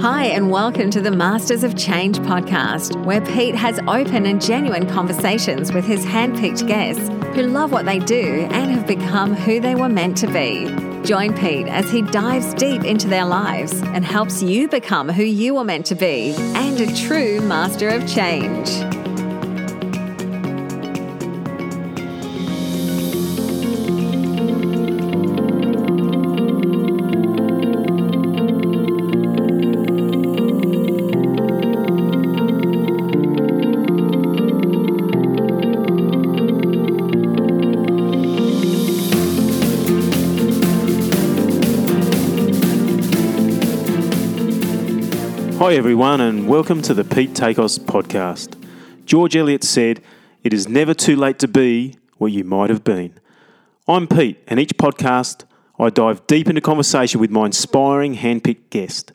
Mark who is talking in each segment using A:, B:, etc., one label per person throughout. A: Hi, and welcome to the Masters of Change podcast, where Pete has open and genuine conversations with his handpicked guests who love what they do and have become who they were meant to be. Join Pete as he dives deep into their lives and helps you become who you were meant to be and a true master of change.
B: Hi, everyone, and welcome to the Pete Takos podcast. George Eliot said, It is never too late to be what you might have been. I'm Pete, and each podcast I dive deep into conversation with my inspiring handpicked guest.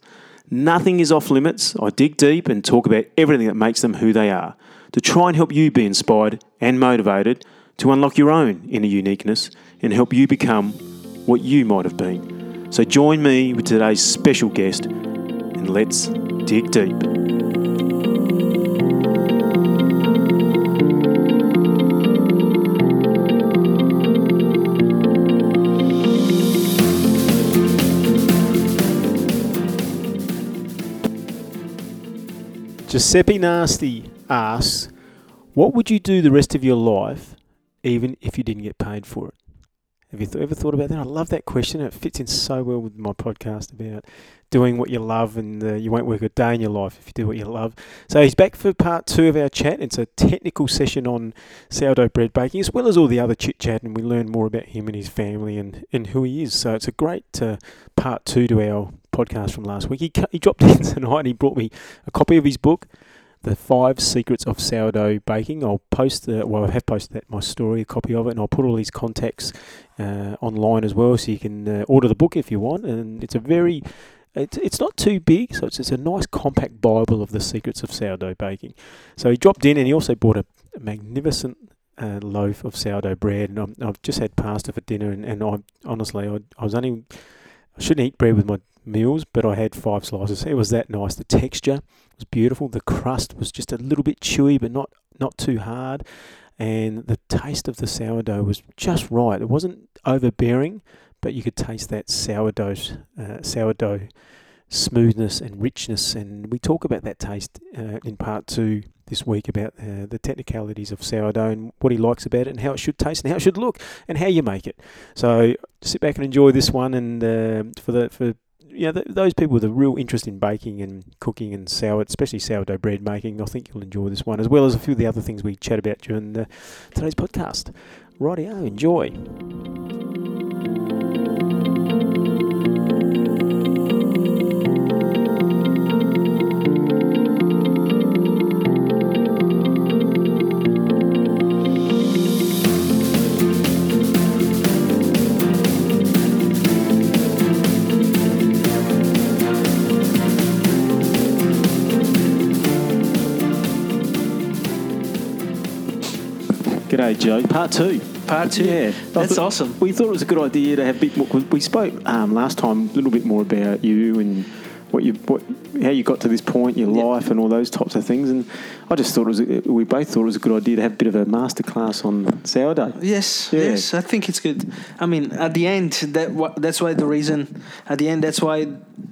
B: Nothing is off limits. I dig deep and talk about everything that makes them who they are to try and help you be inspired and motivated to unlock your own inner uniqueness and help you become what you might have been. So join me with today's special guest and let's dig deep. Giuseppe Nasty asks, What would you do the rest of your life even if you didn't get paid for it? Have you th- ever thought about that? I love that question. It fits in so well with my podcast about doing what you love, and uh, you won't work a day in your life if you do what you love. So he's back for part two of our chat. It's a technical session on sourdough bread baking, as well as all the other chit chat, and we learn more about him and his family and, and who he is. So it's a great uh, part two to our podcast from last week. He, ca- he dropped in tonight and he brought me a copy of his book. The five secrets of sourdough baking. I'll post the well, I have posted that my story, a copy of it, and I'll put all these contacts uh, online as well, so you can uh, order the book if you want. And it's a very it's, it's not too big, so it's, it's a nice compact Bible of the secrets of sourdough baking. So he dropped in and he also bought a magnificent uh, loaf of sourdough bread. And I'm, I've just had pasta for dinner, and, and I honestly, I, I was only, I shouldn't eat bread with my meals, but I had five slices. It was that nice. The texture was beautiful. The crust was just a little bit chewy, but not, not too hard. And the taste of the sourdough was just right. It wasn't overbearing, but you could taste that sourdough, uh, sourdough smoothness and richness. And we talk about that taste uh, in part two this week about uh, the technicalities of sourdough and what he likes about it and how it should taste and how it should look and how you make it. So sit back and enjoy this one. And uh, for the for yeah, th- those people with a real interest in baking and cooking and sour, especially sourdough bread making, I think you'll enjoy this one as well as a few of the other things we chat about during the, today's podcast. Rightio, enjoy. G'day, Joe. Part two.
C: Part two.
B: Yeah,
C: That's
B: I thought-
C: awesome.
B: We thought it was a good idea to have a bit more. we- We spoke um, last time a little bit more about you and what you, what, how you got to this point, your
C: Yeah.
B: life, and all those types of things. And I just thought it was. A, we both thought it was a good idea to have a bit of a masterclass on sourdough.
C: Yes,
B: Yeah.
C: yes, I think it's good. I mean, at the end, that wha- that's why the reason. At the end, that's why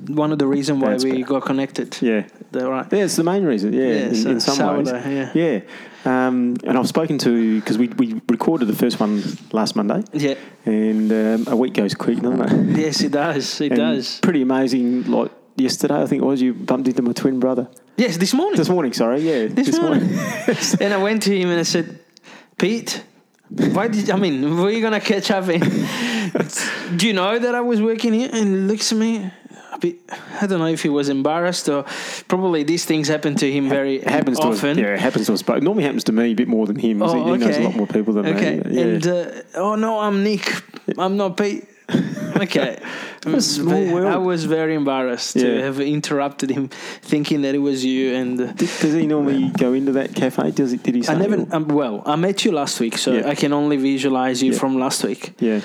C: one of the reason why
B: That's
C: we
B: better.
C: got connected.
B: Yeah.
C: That right.
B: Yeah, it's the main reason. Yeah,
C: Yeah,
B: in,
C: so
B: in some
C: sourdough,
B: ways.
C: yeah.
B: Yeah. Um, and I've spoken to because we, we recorded the first one last Monday,
C: Yeah.
B: and um, a week goes quick, doesn't it?
C: Yes, it does. It
B: And
C: does.
B: Pretty amazing. Like yesterday, I think it was you bumped into my twin brother
C: Yes, this morning.
B: this morning. Sorry, yeah,
C: This and I went to him and I said, Pete, why did I mean we're gonna catch up? And, do you know that I was working here? And he looks at me. a bit- I don't know if he was embarrassed or probably these things happen to him very
B: It happens to us.
C: often.
B: Yeah, it happens to us. But it normally happens to me a bit more than him. so he knows a lot more people than
C: Oh, okay.
B: me. Yeah.
C: And uh, oh no, I'm Nick. I'm not Pete. okay.
B: a small
C: But
B: world.
C: I was very embarrassed
B: Yeah.
C: to have interrupted him, thinking that it was you. And uh,
B: Did- does he normally go into that cafe? Does he? Did he? Say
C: I never. Um, well, I met you last week, so
B: Yeah.
C: I can only visualize you
B: Yeah.
C: from last week.
B: Yeah.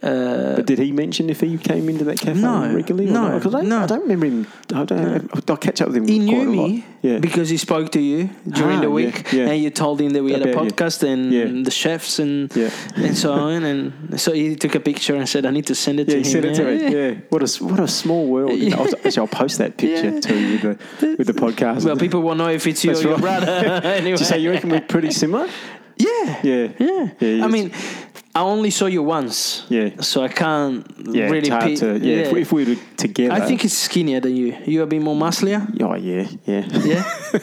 C: Uh,
B: But did he mention if he came into that cafe
C: No,
B: regularly? Or
C: no,
B: not? 'Cause I, don't-
C: no.
B: I don't remember him. I don't. I'll catch up with him.
C: he
B: quite
C: knew
B: a lot.
C: me
B: Yeah.
C: because he spoke to you during
B: Ah,
C: the
B: yeah,
C: week,
B: yeah.
C: and you told him that we had a
B: About you.
C: podcast and
B: Yeah.
C: the chefs and
B: Yeah.
C: and so on. And so he took a picture and said, "I need to send it
B: yeah,
C: to
B: he
C: him."
B: sent it to me. Yeah. What a s- what a small world.
C: Yeah.
B: I'll, actually, I'll post that picture
C: Yeah.
B: to you with the with the podcast.
C: Well, people will know if it's you or
B: That's
C: your
B: right.
C: brother. anyway.
B: Did you say you reckon we're pretty similar?
C: Yeah.
B: Yeah.
C: Yeah.
B: Yeah, he
C: I
B: is.
C: mean, I only saw you once.
B: Yeah.
C: So I can't
B: Yeah,
C: really
B: it's hard
C: pi-
B: to. Yeah, If, we, if we were together,
C: I think he's skinnier than you. You a bit more musclier.
B: Oh yeah, yeah.
C: Yeah.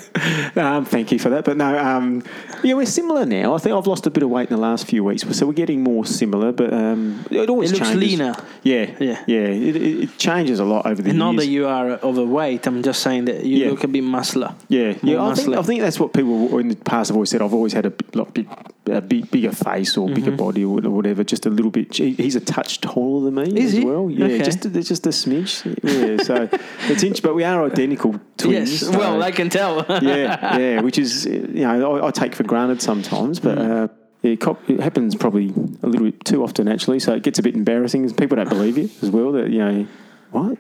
B: um, thank you for that. But no, um, yeah, we're similar now. I think I've lost a bit of weight in the last few weeks, so we're getting more similar. But um, it always
C: It looks
B: changes.
C: leaner.
B: Yeah,
C: Yeah.
B: yeah. It, it, it changes a lot over the
C: Not that
B: years.
C: you are overweight. I'm just saying that you
B: Yeah.
C: look a bit muscler.
B: yeah, yeah.
C: More
B: I think,
C: muscly.
B: I think that's what people in the past have always said. I've always had a b- lot big, a big, bigger face or
C: Mm-hmm.
B: bigger body or whatever. Just a little bit. He- He's a touch taller than me
C: Is
B: as
C: he?
B: well. Yeah,
C: Okay.
B: just a, there's just a smidge. Yeah, so it's inch, but we are identical twins.
C: Yes.
B: so-
C: Well, I can tell.
B: yeah, yeah, which is, uh, you know, I, I take for granted sometimes, but
C: Mm.
B: uh, it, cop- it happens probably a little bit too often, actually. So it gets a bit embarrassing. People don't believe you as well that, you know, what?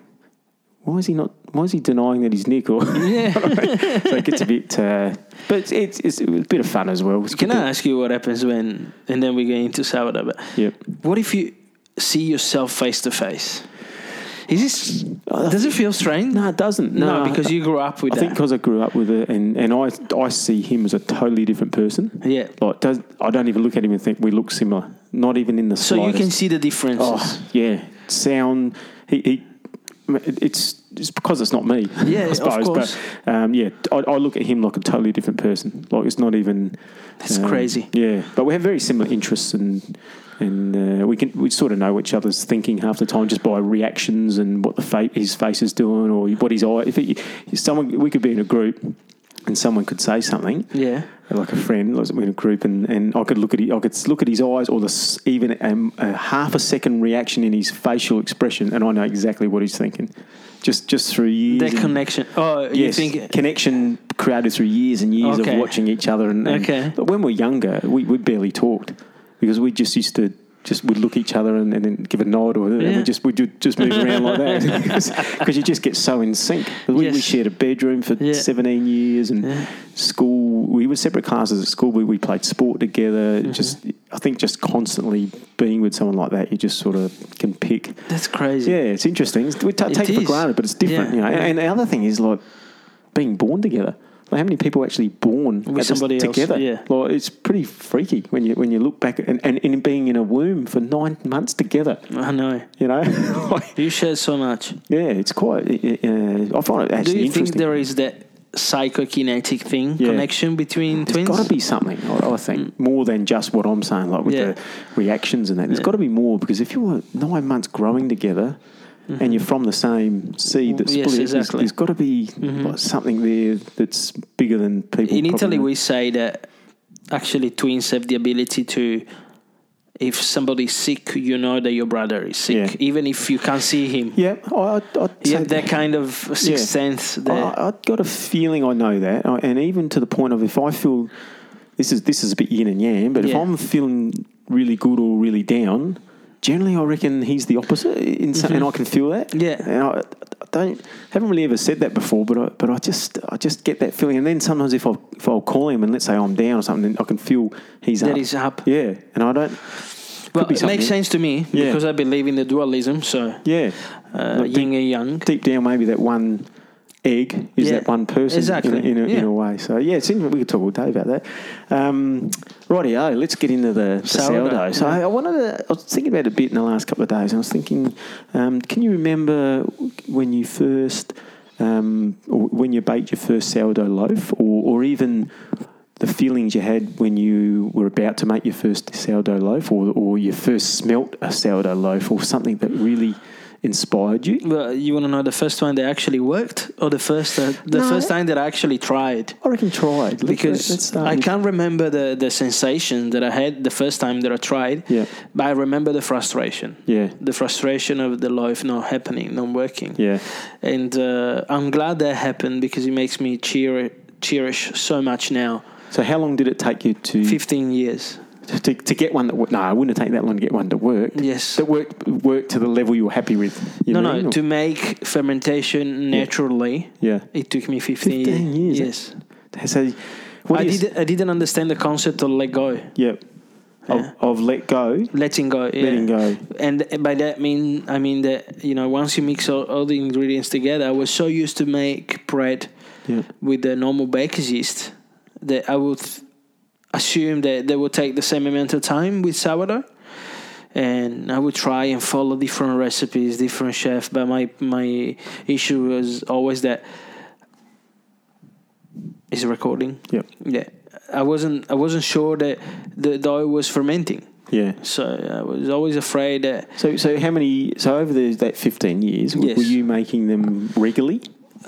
B: Why is he not? Why is he denying that he's Nick? Or
C: Yeah.
B: so it gets a bit, uh, but it's, it's a bit of fun as well. It's
C: Can
B: good
C: I ask you what happens when, and then we get into Saboda, but
B: to- Yep.
C: what if you see yourself face to face? Is this,
B: I
C: does it feel strange?
B: Uh, No, it doesn't. No,
C: No, because you grew up with
B: I think
C: that.
B: because I grew up with it, and, and I I see him as a totally different person.
C: Yeah.
B: Like, does, I don't even look at him and think we look similar. Not even in the
C: So you
B: slightest.
C: can see the differences.
B: Oh yeah, sound. He, he it's it's because it's not me. I
C: Yeah, of
B: suppose.
C: course.
B: But um, yeah, I, I look at him like a totally different person. Like it's not even.
C: That's
B: um,
C: crazy.
B: Yeah, but we have very similar interests and. And uh, we can we sort of know each other's thinking half the time just by reactions and what the fa- his face is doing or what his eye. If, he, if someone we could be in a group and someone could say something,
C: Yeah.
B: like a friend, like we're in a group, and, and I could look at he- I could look at his eyes or the s- even um, a half a second reaction in his facial expression, and I know exactly what he's thinking, just just through years.
C: That
B: and-
C: connection. Oh, you
B: Yes,
C: think.
B: connection created through years and years
C: Okay.
B: of watching each other. And, and-
C: Okay.
B: but when we we're younger, we, we barely talked because we just used to just would look each other and, and then give a nod, or and
C: Yeah.
B: we just we would just move around like that because you just get so in sync. We, we
C: Yes.
B: shared a bedroom for
C: Yeah.
B: seventeen years and
C: Yeah.
B: school. We were separate classes at school. We, we played sport together.
C: Mm-hmm.
B: Just I think just constantly being with someone like that, you just sort of can pick.
C: That's crazy.
B: Yeah, it's interesting. We ta
C: It
B: take it for
C: is.
B: granted, but it's different.
C: Yeah.
B: You know? And the other thing is like being born together. Like how many people are actually born
C: With
B: at this-
C: somebody else,
B: together?
C: yeah.
B: Like it's pretty freaky when you when you look back at, and, and, and being in a womb for nine months together.
C: I know.
B: You know, Like,
C: You share so much.
B: yeah, it's quite. Uh, I find it actually
C: Do you think
B: interesting.
C: there is that psychokinetic thing,
B: Yeah.
C: connection between
B: There's
C: twins? Mm.
B: got to be something, I I think, more than just what I'm saying, like with
C: Yeah.
B: the reactions and that. There's got to be more because if you were nine months growing together and you're from the same seed that
C: Mm-hmm. Yes,
B: split, there's-
C: exactly. Mm-hmm.
B: there's got to be like, something there that's bigger than people.
C: in
B: probably
C: Italy,
B: know.
C: we say that actually twins have the ability to, if somebody's sick, you know that your brother is sick,
B: Yeah.
C: even if you can't see him.
B: yeah, I, I, I'd
C: You
B: say
C: have that kind of sixth
B: Yeah. Oh,
C: sense. That,
B: I, I've got a feeling I know that, I- and even to the point of if I feel this is this is a bit yin and yang, but if
C: Yeah.
B: I'm feeling really good or really down, generally I reckon he's the opposite, in some, and I can feel that.
C: Mm-hmm. Yeah.
B: and I, I don't haven't really ever said that before, but I, but I just I just get that feeling, and then sometimes if I if I'll call him and let's say I'm down or something, then I can feel he's
C: That
B: up.
C: he's up.
B: Yeah, and I don't.
C: well,
B: be
C: it
B: something.
C: makes sense to me
B: Yeah.
C: because I believe in the dualism. So
B: Yeah,
C: uh,
B: Like
C: yin and yang.
B: deep down, maybe that one egg is
C: Yeah,
B: that one person
C: exactly.
B: in, a, in, a, in
C: Yeah.
B: a way. So yeah, it's in, we could talk all day about that. Um, rightio, let's get into the, the
C: Sourdough,
B: sourdough. So
C: yeah.
B: I, I wanted to. I was thinking about it a bit in the last couple of days, and I was thinking, um, can you remember when you first, um, or when you baked your first sourdough loaf, or, or even the feelings you had when you were about to make your first sourdough loaf, or, or you first smelt a sourdough loaf, or something that really inspired you?
C: Well, you want to know the first one that actually worked, or the first uh, the
B: No.
C: first time that I actually tried?
B: I reckon try it. Let-
C: because
B: let's start
C: I
B: with-
C: can't remember the, the sensation that I had the first time that I tried.
B: Yeah.
C: But I remember the frustration.
B: Yeah.
C: The frustration of the life not happening, not working.
B: Yeah.
C: And uh, I'm glad that happened because it makes me cheer cherish so much now.
B: Mm. So how long did it take you to?
C: 15 years.
B: to, to get one that wo- no, I wouldn't take that long to get one to work.
C: Yes.
B: that worked worked to the level you were happy with. You
C: no,
B: mean,
C: no.
B: or-
C: To make fermentation naturally,
B: yeah.
C: it took me 15,
B: 15 years. eh?
C: Yes.
B: So, what
C: I,
B: do you s-
C: did, I didn't understand the concept of let go,
B: Yeah,
C: Yeah.
B: Of, of let go,
C: letting go. Yeah.
B: letting go.
C: And by that mean, I mean that you know, once you mix all, all the ingredients together, I was so used to make bread
B: Yeah,
C: with the normal baker's yeast that I would assume that they would take the same amount of time with sourdough. And I would try and follow different recipes, different chefs. But my my issue was always that is it recording.
B: yeah,
C: Yeah, I wasn't I wasn't sure that the dough was fermenting,
B: yeah.
C: so I was always afraid that
B: So, so how many? So over the, that fifteen years, w-
C: Yes.
B: were you making them regularly?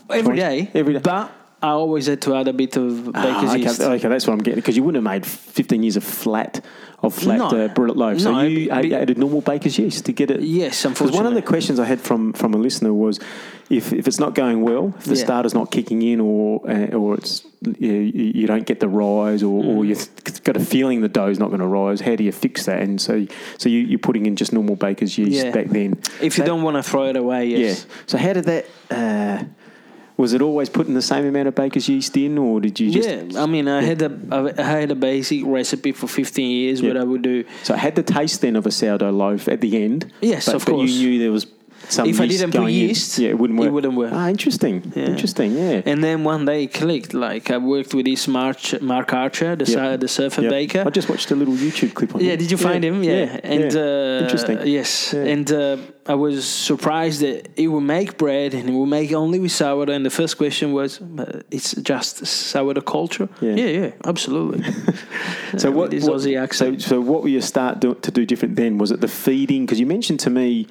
C: every
B: Twice-
C: day.
B: every day.
C: But I always had to add a bit of
B: Ah,
C: baker's
B: okay,
C: yeast.
B: okay, that's what I'm getting because you wouldn't have made fifteen years of flat of flat
C: No.
B: uh, bread loaf. so
C: No,
B: you
C: be-
B: ate- added normal baker's yeast to get it.
C: Yes,
B: Because one of the
C: unfortunately.
B: questions I had from, from a listener was, if, if it's not going well, if the
C: Yeah.
B: starter's not kicking in, or uh, or it's you, you don't get the rise, or, or
C: Mm.
B: you've got a feeling the dough's not going to rise, how do you fix that? And so so you, you're putting in just normal baker's yeast
C: Yeah.
B: back then.
C: If you
B: That-
C: don't want to throw it away, yes.
B: yeah. So how did that? Uh, was it always putting the same amount of baker's yeast in, or did you just?
C: yeah, I mean, I had a I had a basic recipe for 15 years
B: Yeah.
C: where I would do.
B: So I had the taste then of a sourdough loaf at the end.
C: Yes,
B: but,
C: of
B: but
C: course.
B: you knew there was some.
C: If I
B: yeast
C: didn't put
B: going in.
C: yeast,
B: yeah, it wouldn't
C: it
B: work.
C: wouldn't work.
B: Ah, interesting.
C: Yeah.
B: Interesting. Yeah.
C: And then one day it clicked. Like I worked with this March, Mark Archer, the
B: Yeah.
C: sur- the surfer
B: Yeah.
C: baker.
B: I just watched a little YouTube clip on.
C: Yeah,
B: him.
C: did you find him? Yeah, and
B: yeah.
C: Uh,
B: interesting.
C: Yes,
B: Yeah.
C: and uh, I was surprised that he would make bread and he would make only with sourdough. And the first question was, uh, "It's just sourdough culture."
B: Yeah.
C: yeah, yeah, absolutely.
B: So
C: Uh,
B: what?
C: with his
B: what-
C: Aussie accent?
B: So, so what were you start do, to do different then? Was it the feeding? Because you mentioned to me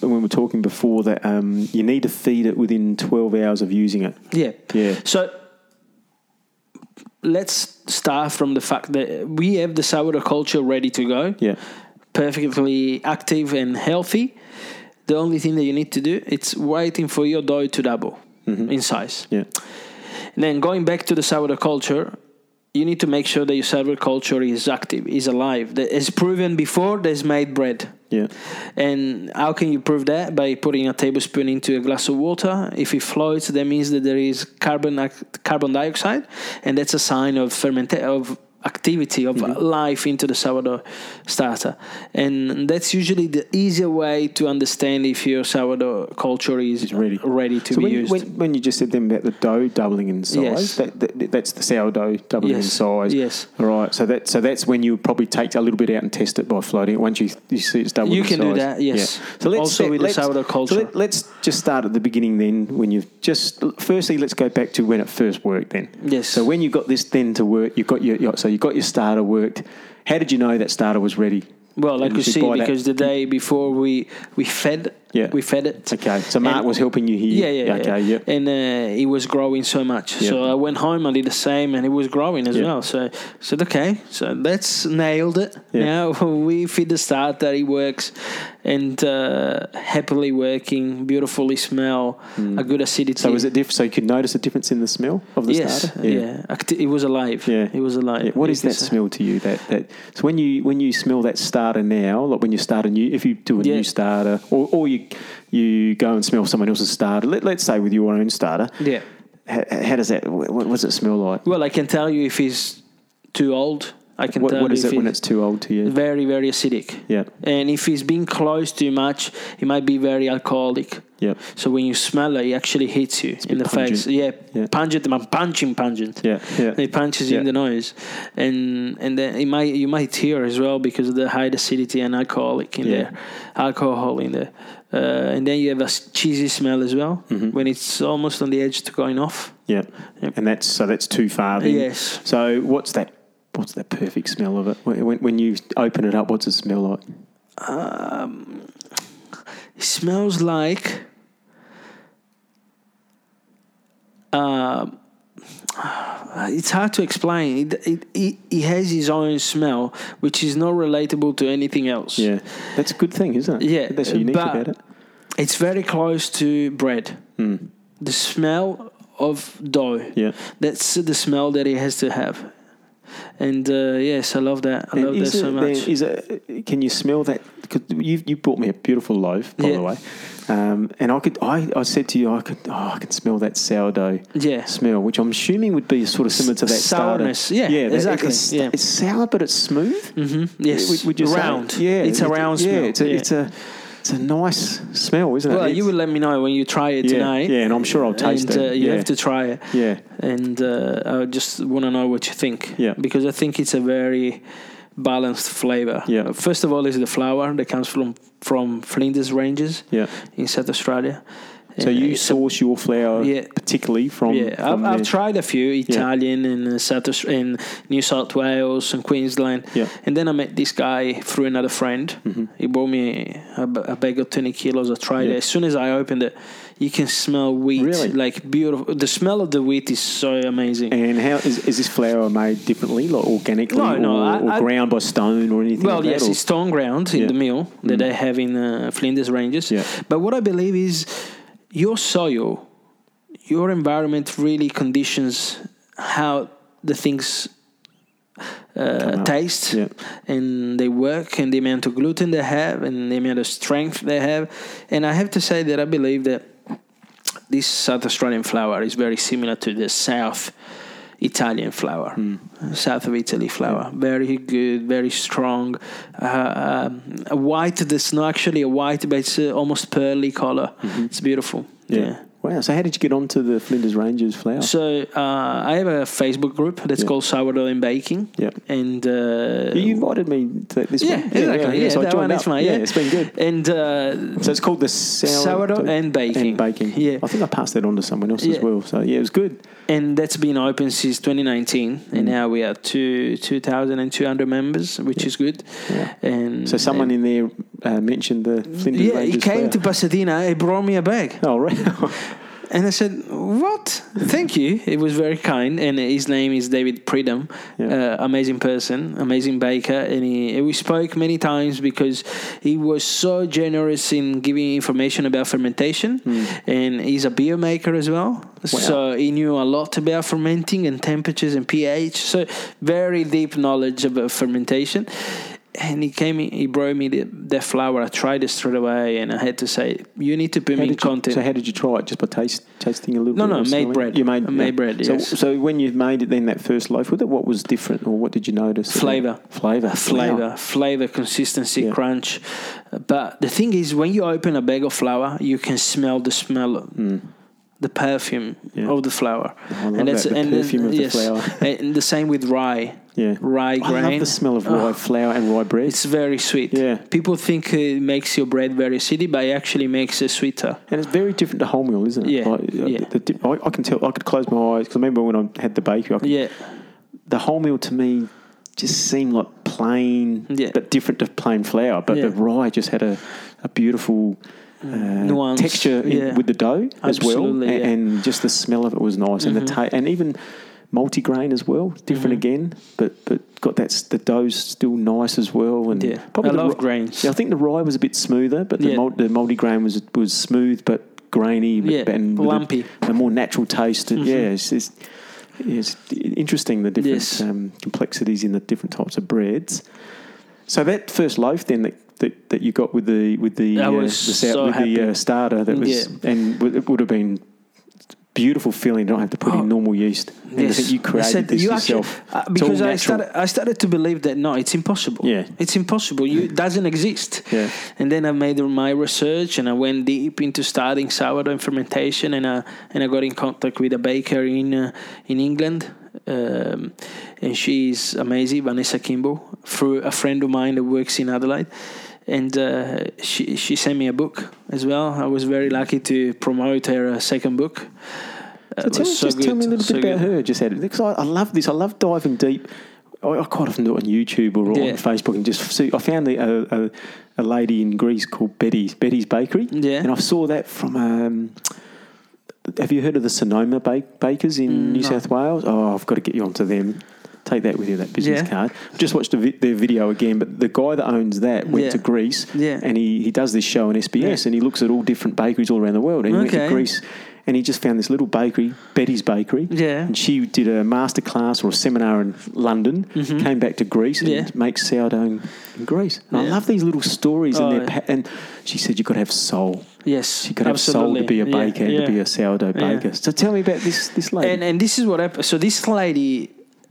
B: when we were talking before that um, you need to feed it within twelve hours of using it.
C: yeah,
B: Yeah.
C: So let's start from the fact that we have the sourdough culture ready to go.
B: Yeah.
C: perfectly active and healthy. The only thing that you need to do it's waiting for your dough to double
B: Mm-hmm.
C: in size.
B: Yeah.
C: Then going back to the sourdough culture, you need to make sure that your sourdough culture is active, is alive. That is proven before that's made bread.
B: Yeah.
C: And how can you prove that? By putting a tablespoon into a glass of water. If it floats, that means that there is carbon ac- carbon dioxide, and that's a sign of ferment of activity of
B: Mm-hmm.
C: life into the sourdough starter. And that's usually the easier way to understand if your sourdough culture is
B: It's ready.
C: to
B: so
C: be
B: when,
C: used.
B: When, when you just said then about the dough doubling in size,
C: Yes.
B: that, that, that's the sourdough doubling in
C: Yes.
B: size.
C: Yes.
B: All right. So that so that's when you would probably take a little bit out and test it by floating it. Once you you see it's doubling
C: You
B: in
C: can do
B: size.
C: that, yes. Also with the
B: let's-
C: sourdough culture.
B: So let, us just start at the beginning then. When you've just firstly, let's go back to when it first worked. Then.
C: Yes.
B: So when you got this then to work, you got your, your so you got your starter worked. How did you know that starter was ready?
C: well, I
B: And
C: could
B: you
C: see
B: buy that-
C: because the day before we we fed
B: Yeah.
C: we fed it.
B: Okay, so Mark
C: And-
B: was helping you here.
C: Yeah, yeah,
B: Okay,
C: yeah.
B: yep.
C: And uh, it was growing so much. So
B: Yeah.
C: I went home, I did the same, and it was growing as
B: Yeah.
C: well. So I said, okay, so that's nailed it.
B: Yeah.
C: Now we feed the start that it works and uh, happily working, beautifully smell, a good acidity.
B: Hmm. So is it diff- so you could notice a difference in the smell of the
C: yes,
B: starter?
C: yeah. Acti- it was alive.
B: Yeah.
C: It was alive.
B: Yeah, What
C: You
B: is
C: could
B: that
C: say.
B: smell to you? That that so when you when you smell that starter now, like when you start a new, if you do a
C: Yeah.
B: new starter, or, or you you go and smell someone else's starter. Let, let's say with your own starter,
C: Yeah.
B: how, how does that? What, what does it smell like?
C: Well, I can tell you if it's too old. I can
B: What,
C: tell
B: what
C: you
B: is
C: if
B: it when
C: it's-
B: it's too old to you?
C: very very acidic
B: Yeah.
C: and if it's been closed too much it might be very alcoholic
B: Yep.
C: so when you smell it it actually hits you in the face yeah,
B: Yeah.
C: pungent i'm punching pungent
B: Yeah, yeah.
C: it punches you in
B: Yeah.
C: the nose and and then it might you might hear as well because of the high acidity and alcoholic in
B: Yeah.
C: there alcohol in there uh, and then you have a s- cheesy smell as well
B: Mm-hmm.
C: when it's almost on the edge to going off
B: Yeah.
C: Yep.
B: And that's so that's too far. Then.
C: Yes.
B: So what's that? What's that perfect smell of it? When, when- when you open it up, what's it smell like?
C: It smells like um it's hard to explain it, it, it, it has its own smell which is not relatable to anything else
B: Yeah, that's a good thing, isn't it?
C: Yeah,
B: that's unique
C: but-
B: about it. Hmm.
C: it's very close to bread the smell of dough
B: Yeah,
C: that's the smell that it has to have And uh, yes, I love that. I
B: And
C: love that
B: is
C: so
B: it
C: much.
B: then- is it? Can you smell that? Cause you you brought me a beautiful loaf, by
C: Yeah.
B: the way. Um, and I could I, I said to you I could oh, I could smell that sourdough
C: Yeah.
B: smell, which I'm assuming would be sort of similar to that starter.
C: Sourness, yeah,
B: that-
C: exactly,
B: It's,
C: yeah.
B: it's sour, but it's smooth.
C: Mm-hmm. Yes.
B: Would, would you say?
C: round?
B: Yeah,
C: It's a
B: it-
C: round
B: yeah,
C: smell.
B: It's a, It's a it's a nice smell, isn't it?
C: well, you
B: It's-
C: will let me know when you try it
B: Yeah,
C: tonight.
B: yeah, and I'm sure I'll taste it,
C: and, Uh, you
B: yeah.
C: have to try it.
B: Yeah.
C: And uh, I just want to know what you think.
B: Yeah.
C: Because I think it's a very balanced flavor.
B: Yeah.
C: First of all, is the flour that comes from from Flinders Ranges
B: Yeah.
C: in South Australia.
B: So
C: And
B: you
C: it's a-
B: source your flour
C: Yeah.
B: particularly from
C: yeah, I've,
B: from
C: I've
B: there.
C: tried a few Italian and uh, South Aus- in New South Wales and Queensland.
B: Yeah. Mm-hmm.
C: And then I met this guy through another friend. He bought me a, b- a bag of 20 kilos. I tried
B: Yeah.
C: it. As soon as I opened it, you can smell wheat.
B: Really?
C: Like beautiful. The smell of the wheat is so amazing.
B: And how is, is this flour made differently, like organically,
C: No, no,
B: or,
C: I-
B: or
C: I-
B: ground by stone or anything?
C: well,
B: like
C: yes,
B: that, or-
C: it's stone ground in
B: Yeah. Mm.
C: the mill that they have in uh, Flinders Ranges.
B: Yeah.
C: But what I believe is your soil, your environment really conditions how the things uh,
B: out.
C: taste
B: Yeah.
C: and they work and the amount of gluten they have and the amount of strength they have. And I have to say that I believe that this South Australian flour is very similar to the South Italian flour,
B: Hmm.
C: South of Italy flour. Very good, very strong. Uh, um, a white that's not actually a white, but it's uh, almost pearly color. It's beautiful.
B: Mm-hmm. yeah. Wow. So how did you get onto the Flinders Ranges flour?
C: So uh, I have a Facebook group that's
B: Yeah.
C: called Sourdough and Baking.
B: Yeah.
C: And uh,
B: you invited me to that this
C: yeah,
B: one.
C: exactly. Yeah,
B: so I
C: that
B: joined
C: one
B: up.
C: is mine.
B: yeah.
C: Yeah,
B: it's been good.
C: And uh,
B: So it's called the sourdough,
C: Sourdough and baking.
B: And baking.
C: Yeah.
B: I think I passed that on to someone else as
C: Yeah.
B: well. So yeah, it was good.
C: and that's been open since 2019 and now we are two 2200 members which is good
B: Hmm. Yeah.
C: and
B: So someone in there uh, mentioned the Flinders
C: yeah he
B: Ranges
C: came to
B: flour.
C: pasadena he brought me a bag
B: Oh right.
C: and i said what thank you he was very kind and his name is david pridham
B: Yeah.
C: uh, amazing person amazing baker and he, and we spoke many times because he was so generous in giving information about fermentation and he's a beer maker as well so he knew a lot about fermenting and temperatures and pH. So very deep knowledge about fermentation. And he came, in, he brought me the, the flour. I tried it straight away, and I had to say, "You need to put
B: How
C: me in
B: did you-
C: content."
B: so how did you try it? Just by taste, tasting a little
C: No,
B: bit?
C: no,
B: or
C: made
B: smelling it?
C: bread.
B: You made,
C: I made bread,
B: So,
C: yes.
B: so when you made it, then that first loaf with it, what was different, or what did you notice?
C: Flavour.
B: flavor,
C: flavor, flavor, consistency,
B: Yeah.
C: crunch. But the thing is, when you open a bag of flour, you can smell the smell, the perfume
B: Hmm. Yeah.
C: of the flour,
B: I love that, the perfume of the flour.
C: and the same with rye.
B: Yeah,
C: rye grain.
B: I love the smell of rye flour and rye bread.
C: It's very sweet.
B: Yeah.
C: People think it makes your bread very acidic, but it actually makes it sweeter.
B: and it's very different to wholemeal, isn't it?
C: Yeah,
B: Like, uh,
C: yeah.
B: the dip- I, I can tell. I could close my eyes because remember when I had the bakery, I could,
C: Yeah.
B: the wholemeal to me just seemed like plain,
C: Yeah.
B: but different to plain flour. But the
C: Yeah.
B: rye just had a, a beautiful uh,
C: Nuance,
B: texture in-
C: yeah.
B: with the dough as well,
C: Absolutely,
B: a-
C: yeah. Mm-hmm.
B: and, just the smell of it was nice, and the ta- and even multigrain as well, different again, but but got that s- the dough's still nice as well, and
C: Yeah. I
B: Hmm. the
C: love
B: ri-
C: grains.
B: Yeah, I think the rye was a bit smoother, but the
C: Yeah.
B: mul- the multigrain was was smooth but grainy, but,
C: Yeah,
B: and with a-
C: lumpy.
B: a more natural taste.
C: Mm-hmm.
B: Yeah, it's, it's, it's interesting the different
C: Yes.
B: um, complexities in the different types of breads. So that first loaf then that, that, that you got with the with the
C: I
B: uh,
C: was
B: the, sou-
C: so
B: with
C: happy.
B: the uh, starter that was
C: Yeah.
B: and w- it would have been beautiful feeling. to Don't have to put
C: Oh.
B: in normal yeast. And to think you
C: I
B: created
C: said,
B: this
C: you actually-
B: yourself.
C: uh,
B: It's all
C: because I
B: natural.
C: started, I started to believe that no, it's impossible.
B: Yeah.
C: it's impossible. You it doesn't exist.
B: Yeah.
C: And then I made my research and I went deep into studying sourdough and fermentation, and I and I got in contact with a baker in uh, in England. Um, and she's amazing, Vanessa Kimball, through a friend of mine that works in Adelaide, and uh, she she sent me a book as well. I was very lucky to promote her uh, second book.
B: So
C: That
B: tell me,
C: was so
B: just tell me a
C: good,
B: little
C: so
B: bit about
C: good.
B: her. Just had it because I, I love this. I love diving deep. I, I quite often do it on YouTube or
C: Yeah.
B: on Facebook and just see. I found the, a, a a lady in Greece called Betty's Betty's Bakery.
C: Yeah.
B: and I saw that from. Um, have you heard of the Sonoma ba- Bakers in
C: Mm,
B: New South Wales? Oh, I've got to get you onto them. Take that with you, that business
C: Yeah.
B: card. Just watched the vi- their video again, but the guy that owns that went
C: Yeah.
B: to Greece
C: Yeah.
B: and he, he does this show on SBS
C: Yeah.
B: and he looks at all different bakeries all around the world. And he went
C: Okay.
B: to Greece and he just found this little bakery, Betty's Bakery.
C: Yeah.
B: And she did a masterclass or a seminar in London, came back to Greece and
C: Mm-hmm. Yeah.
B: makes sourdough in, in Greece. And I
C: Yeah.
B: love these little stories
C: Oh,
B: and their
C: yeah.
B: pa- and she said you've got to have soul.
C: Yes,
B: She could have soul to be a
C: absolutely. Yeah,
B: baker and
C: yeah.
B: to be a sourdough
C: Yeah.
B: baker. So tell me about this this lady.
C: And and this is what happened. So this lady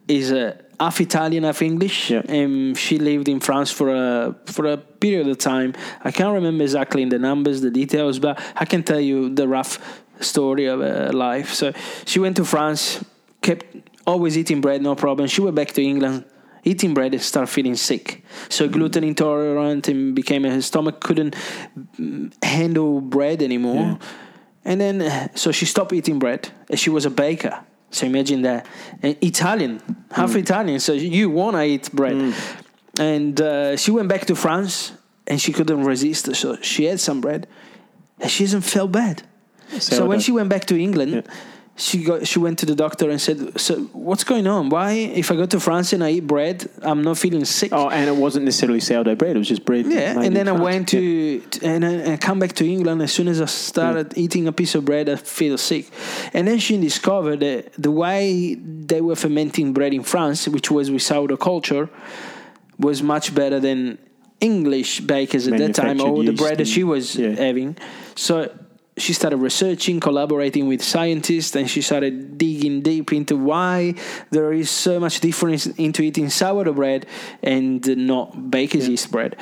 C: is uh, half Italian, half English.
B: Yeah.
C: And she lived in France for a for a period of time. I can't remember exactly the numbers, the details, but I can tell you the rough story of her life. So she went to France, kept always eating bread, no problem. She went back to England. Eating bread and started feeling sick, so
B: Mm.
C: gluten intolerant and became her stomach couldn't mm, handle bread anymore. And then, uh, so she stopped eating bread. and She was a baker. So imagine that. And Italian,
B: Hmm.
C: half Italian. So you want to eat bread. And uh, she went back to France and she couldn't resist. So she had some bread and she hasn't felt bad. So when
B: Sourdough.
C: she went back to England,
B: Yeah.
C: she got she went to the doctor and said, "So what's going on? Why, if I go to France and I eat bread, I'm not feeling sick?"
B: oh, and it wasn't necessarily sourdough bread; it was just bread.
C: Yeah,
B: made in
C: and then I
B: France.
C: went to t- and I, and I come back to England. As soon as I started eating a piece of bread, I feel sick. And then she discovered that the way they were fermenting bread in France, which was with sourdough culture, was much better than English bakers at that time
B: Manufactured
C: or the
B: yeast
C: bread that she
B: and-
C: was
B: yeah.
C: having. So she started researching, collaborating with scientists, and she started digging deep into why there is so much difference into eating sourdough bread and not baker's yeast bread.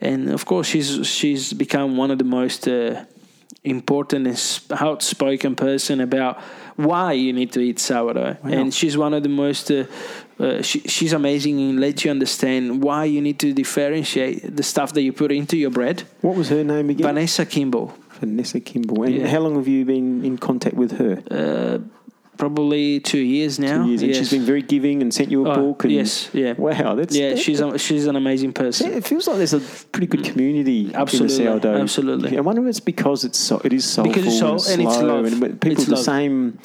C: And of course, she's she's become one of the most uh, important and s- outspoken person about why you need to eat sourdough. And she's one of the most. Uh, uh, she, she's amazing in let you understand why you need to differentiate the stuff that you put into your bread.
B: What was her name again?
C: Vanessa Kimball,
B: Vanessa Kimball. And
C: Yeah.
B: how long have you been in contact with her?
C: uh, probably two years now.
B: Two years, and
C: Yes.
B: she's been very giving and sent you a
C: Oh,
B: book. And
C: yes, yeah.
B: Wow, that's
C: yeah,
B: that-
C: she's a, she's an amazing person.
B: It feels like there's a pretty good community
C: Absolutely,
B: in the sourdough.
C: absolutely.
B: I wonder if it's because it's so, it is soulful
C: Because it's soul
B: and
C: and
B: it's
C: it's
B: slow
C: love.
B: and but people
C: It's
B: with the
C: love.
B: same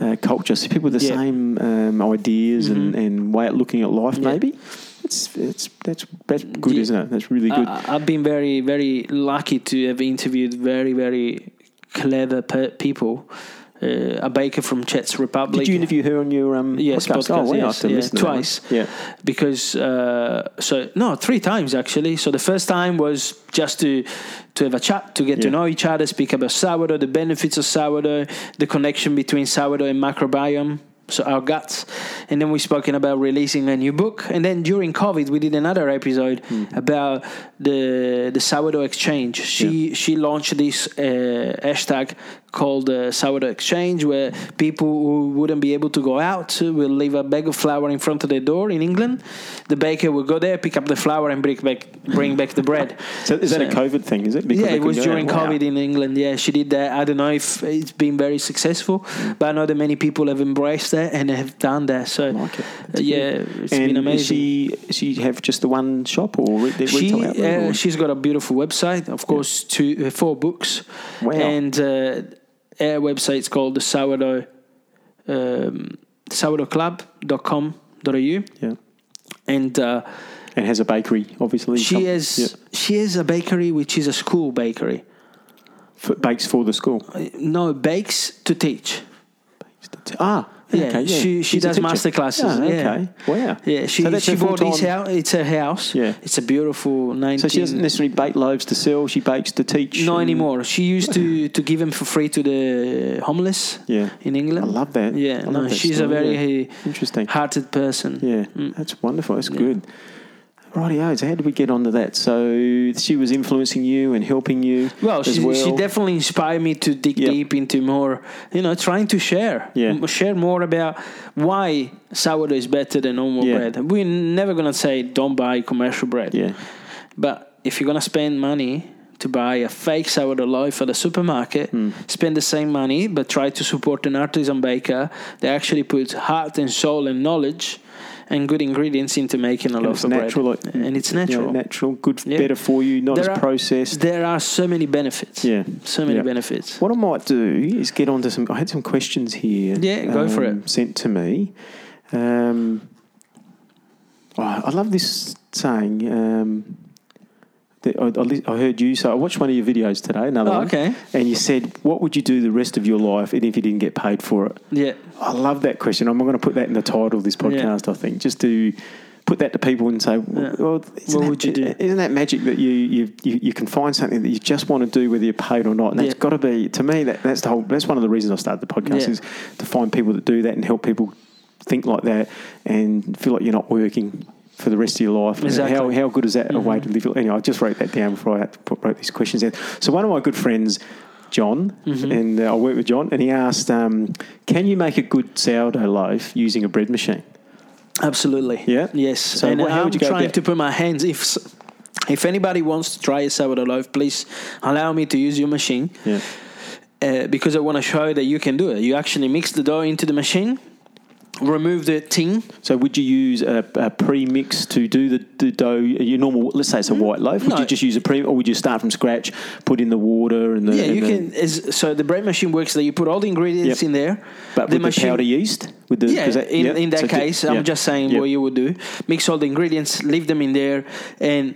B: uh, culture, so people with the
C: Yeah. Mm-hmm.
B: same um, ideas and, and way of looking at life.
C: Yeah.
B: Maybe it's it's that's that's good,
C: Yeah. Uh,
B: isn't it? That's really good.
C: I, I've been very, very lucky to have interviewed very, very clever pe- people. Uh, a baker from Czech Republic.
B: Did you interview her on your um,
C: Yes,
B: podcast?
C: podcast,
B: oh, wow, I
C: yes,
B: have to
C: yeah.
B: listen to that one.
C: Twice.
B: Yeah,
C: because uh, so no three times actually so the first time was just to to have a chat to get
B: Yeah.
C: to know each other speak about sourdough the benefits of sourdough the connection between sourdough and microbiome so our guts and then we spoken about releasing a new book and then during covid we did another episode
B: Hmm.
C: about the the sourdough exchange she she launched this uh, hashtag called uh, sourdough exchange where people who wouldn't be able to go out will leave a bag of flour in front of their door in england the baker will go there pick up the flour and bring back bring back the bread
B: so is that a
C: So-
B: COVID thing? Is it? Because
C: yeah,
B: they
C: it was
B: couldn't go out.
C: during
B: Wow.
C: COVID in England. Yeah, she did that. I don't know if it's been very successful, but I know that many people have embraced that and have done that. So, uh,
B: like it. That's
C: yeah,
B: And
C: it's been amazing.
B: Is she she have just the one shop or re- the
C: She
B: retail outlet?
C: uh,
B: or-
C: she's got a beautiful website, of course, two uh, four books,
B: Wow.
C: and uh, her website's called the sourdough um, sourdoughclub.com.au,
B: yeah,
C: and uh,
B: and has a bakery obviously.
C: she
B: some-
C: has
B: yeah.
C: she has a bakery which is a school bakery.
B: For, bakes for the school.
C: Uh, No, bakes to teach.
B: Ah,
C: Yeah,
B: okay, yeah.
C: she- she
B: She's a
C: does
B: teacher.
C: master classes,
B: Ah,
C: yeah.
B: okay, wow.
C: Yeah, she
B: So that's
C: she
B: her
C: bought this
B: full-time-
C: house. It's her house.
B: Yeah.
C: it's a beautiful nineteen.
B: So she doesn't necessarily bake loaves to sell. She bakes to teach.
C: no
B: and-
C: anymore. She used to to give them for free to the homeless.
B: Yeah.
C: in England.
B: I love that.
C: Yeah,
B: I
C: no,
B: love that
C: she's a
B: story,
C: very
B: yeah. interesting.
C: hearted person.
B: Yeah,
C: Mm.
B: that's wonderful. That's good. Rightio. So how did we get onto that? So she was influencing you and helping you.
C: Well,
B: as
C: she,
B: well.
C: she definitely inspired me to dig
B: Yeah.
C: deep into more, you know, trying to share,
B: Yeah.
C: m- share more about why sourdough is better than normal
B: Yeah.
C: bread. We're never gonna say don't buy commercial bread.
B: Yeah,
C: But if you're going to spend money to buy a fake sourdough loaf at a supermarket,
B: Hmm.
C: spend the same money but try to support an artisan baker that actually puts heart and soul and knowledge and good ingredients into making a
B: and
C: loaf
B: it's
C: of
B: natural.
C: bread.
B: like-
C: and it's
B: yeah,
C: natural.
B: natural, good,
C: Yeah.
B: better for you, not
C: There
B: as
C: are-
B: processed.
C: There are so many benefits.
B: Yeah.
C: So many
B: Yeah.
C: benefits.
B: What I might do is get onto some. I had some questions here.
C: Yeah, go for
B: um, Sent to me. Um, oh, I love this saying. Um, that I, I li- I heard you. So I watched one of your videos today, another
C: Oh,
B: one.
C: okay.
B: And you said, "What would you do the rest of your life, and if you didn't get paid for it?"
C: Yeah.
B: I love that question. I'm going to put that in the title of this podcast. I think just to put that to people and say,
C: Yeah.
B: "Well, isn't
C: What
B: that-
C: would you do?
B: Isn't that magic that you you, you you can find something that you just want to do whether you're paid or not?" And that's got
C: Yeah.
B: to be to me that, that's the whole. That's one of the reasons I started the podcast
C: Yeah.
B: is to find people that do that and help people think like that and feel like you're not working. For the rest of your life, And
C: Exactly. Mm-hmm.
B: how, how good is that a way to live? your- Anyway, I just wrote that down before I had to put, wrote these questions down. So one of my good friends, John,
C: Mm-hmm.
B: and uh, I work with John, and he asked, um, "Can you make a good sourdough loaf using a bread machine?"
C: Absolutely.
B: Yeah?
C: Yes.
B: So
C: and
B: wh- how
C: I'm
B: would you go
C: trying
B: about-
C: to put my hands. If s- if anybody wants to try a sourdough loaf, please allow me to use your machine
B: Yeah,
C: uh, because I want to show that you can do it. You actually mix the dough into the machine, remove the tin.
B: So would you use a, a pre-mix to do the, the dough? Your normal, let's say it's a white loaf. Would
C: Mm-hmm. No.
B: you just use a pre, or would you start from scratch, put in the water and the
C: Yeah,
B: and
C: you
B: the-
C: can. Is, so the bread machine works that you put all the ingredients
B: Yep.
C: in there.
B: But with the powder yeast, with the
C: Yeah,
B: 'cause that-
C: in,
B: uh, yeah.
C: in that
B: So ju-
C: case,
B: yeah.
C: I'm just saying
B: Yeah.
C: what you would do: mix all the ingredients, leave them in there, and